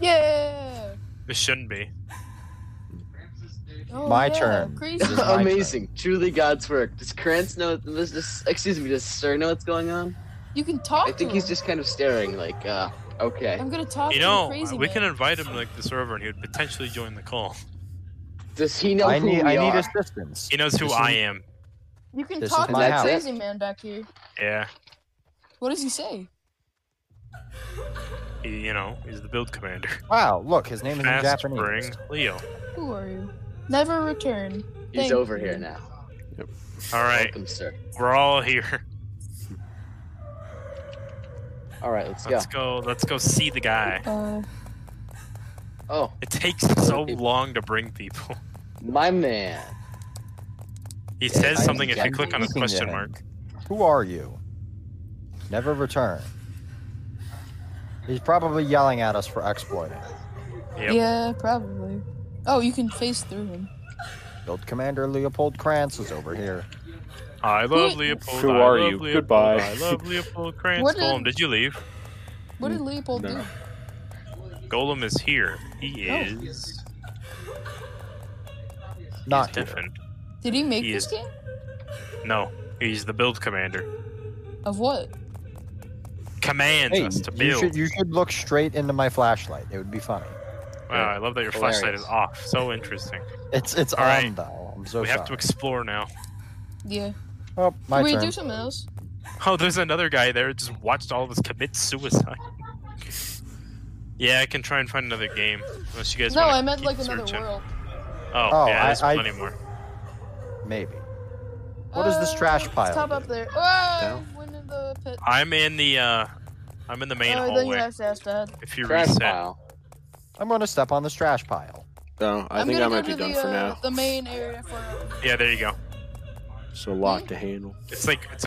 Speaker 6: Yeah.
Speaker 5: This shouldn't be.
Speaker 6: Oh,
Speaker 4: My
Speaker 6: yeah.
Speaker 4: turn.
Speaker 6: Crazy.
Speaker 4: It is my
Speaker 8: Amazing. Truly God's work. Does Krantz know? Does, does, excuse me, does Sir know what's going on?
Speaker 6: You can talk.
Speaker 8: I think
Speaker 6: to
Speaker 8: he's
Speaker 6: him.
Speaker 8: just kind of staring, like, uh, okay.
Speaker 6: I'm gonna talk
Speaker 5: You
Speaker 6: to
Speaker 5: know,
Speaker 6: the crazy
Speaker 5: we
Speaker 6: man.
Speaker 5: can invite him like this over, and he would potentially join the call.
Speaker 8: Does he know
Speaker 4: I
Speaker 8: who
Speaker 4: need,
Speaker 8: we
Speaker 4: I
Speaker 8: are?
Speaker 4: need assistance.
Speaker 5: He knows who
Speaker 4: This
Speaker 5: I
Speaker 4: is-
Speaker 5: am.
Speaker 6: You can
Speaker 4: This
Speaker 6: talk
Speaker 4: is
Speaker 6: to
Speaker 4: my
Speaker 6: the
Speaker 4: house.
Speaker 6: crazy man back here.
Speaker 5: Yeah.
Speaker 6: What does he say?
Speaker 5: He, you know, he's the build commander.
Speaker 4: Wow, look, his name is in
Speaker 5: Fast
Speaker 4: Japanese.
Speaker 5: bring Leo.
Speaker 6: Who are you? Never return.
Speaker 8: He's
Speaker 6: Thank
Speaker 8: over
Speaker 6: you.
Speaker 8: here now.
Speaker 5: All right,
Speaker 8: Welcome, Sir.
Speaker 5: we're all here.
Speaker 8: All right, let's go.
Speaker 5: Let's go. Let's go see the guy.
Speaker 6: Uh,
Speaker 8: Oh,
Speaker 5: [laughs] It takes so
Speaker 8: people.
Speaker 5: long to bring people. [laughs]
Speaker 8: my man.
Speaker 5: He says
Speaker 4: I'm
Speaker 5: something if you
Speaker 4: Japanese.
Speaker 5: click on a
Speaker 4: Speaking to
Speaker 5: question
Speaker 4: him.
Speaker 5: mark.
Speaker 4: Who are you? Never return. He's probably yelling at us for exploiting.
Speaker 5: Yep.
Speaker 6: Yeah, probably. Oh, you can face through him.
Speaker 4: Field Commander Leopold Krantz is over here.
Speaker 5: I love
Speaker 6: Who-
Speaker 5: Leopold.
Speaker 1: Who
Speaker 5: I
Speaker 1: are
Speaker 5: love
Speaker 1: you?
Speaker 5: Leopold,
Speaker 1: Goodbye.
Speaker 5: I love Leopold Krantz.
Speaker 6: What
Speaker 5: Golem,
Speaker 6: did-
Speaker 5: did you leave?
Speaker 6: What
Speaker 5: Mm,
Speaker 6: did Leopold
Speaker 9: no.
Speaker 6: do?
Speaker 5: Golem is here. He
Speaker 6: Oh.
Speaker 5: is.
Speaker 4: Not
Speaker 5: he's
Speaker 4: here.
Speaker 5: different.
Speaker 6: Did he make
Speaker 5: He
Speaker 6: this
Speaker 5: is-
Speaker 6: game?
Speaker 5: No, he's the build commander.
Speaker 6: Of what?
Speaker 5: Commands
Speaker 4: Hey,
Speaker 5: us to
Speaker 4: you
Speaker 5: build.
Speaker 4: should you should look straight into my flashlight. It would be funny.
Speaker 5: Wow, I love that your
Speaker 8: Hilarious.
Speaker 5: flashlight is off. So interesting.
Speaker 4: It's it's
Speaker 5: All
Speaker 4: on
Speaker 5: right.
Speaker 4: though. I'm so
Speaker 5: we
Speaker 4: sorry.
Speaker 5: have to explore now. [laughs]
Speaker 6: Yeah.
Speaker 4: oh, my
Speaker 6: Can we
Speaker 4: turn.
Speaker 6: do something else?
Speaker 5: Oh, there's another guy there. Just watched all of us commit suicide. [laughs] yeah, I can try and find another game. Unless you guys.
Speaker 6: No,
Speaker 5: wanna
Speaker 6: I meant
Speaker 5: keep
Speaker 6: like another
Speaker 5: searching.
Speaker 6: world.
Speaker 5: Oh,
Speaker 4: Oh,
Speaker 5: yeah,
Speaker 4: I-
Speaker 5: there's
Speaker 4: I-
Speaker 5: plenty more.
Speaker 4: Maybe. What is this trash
Speaker 6: it's
Speaker 4: pile
Speaker 6: Uh, Top
Speaker 4: doing?
Speaker 6: up there. Oh, went in the pit.
Speaker 5: I'm in the uh, I'm in the main
Speaker 6: oh, then you
Speaker 5: hallway.
Speaker 6: have to ask Dad.
Speaker 5: If you
Speaker 8: Crash
Speaker 5: reset,
Speaker 8: pile.
Speaker 4: I'm gonna step on this trash pile.
Speaker 1: No, I
Speaker 6: am
Speaker 1: think
Speaker 6: gonna
Speaker 1: I might
Speaker 6: go
Speaker 1: be
Speaker 6: to
Speaker 1: done
Speaker 6: the,
Speaker 1: for
Speaker 6: uh,
Speaker 1: now.
Speaker 6: The main area for.
Speaker 5: yeah, there you go.
Speaker 6: uh,
Speaker 1: So lock the handle.
Speaker 5: It's like it's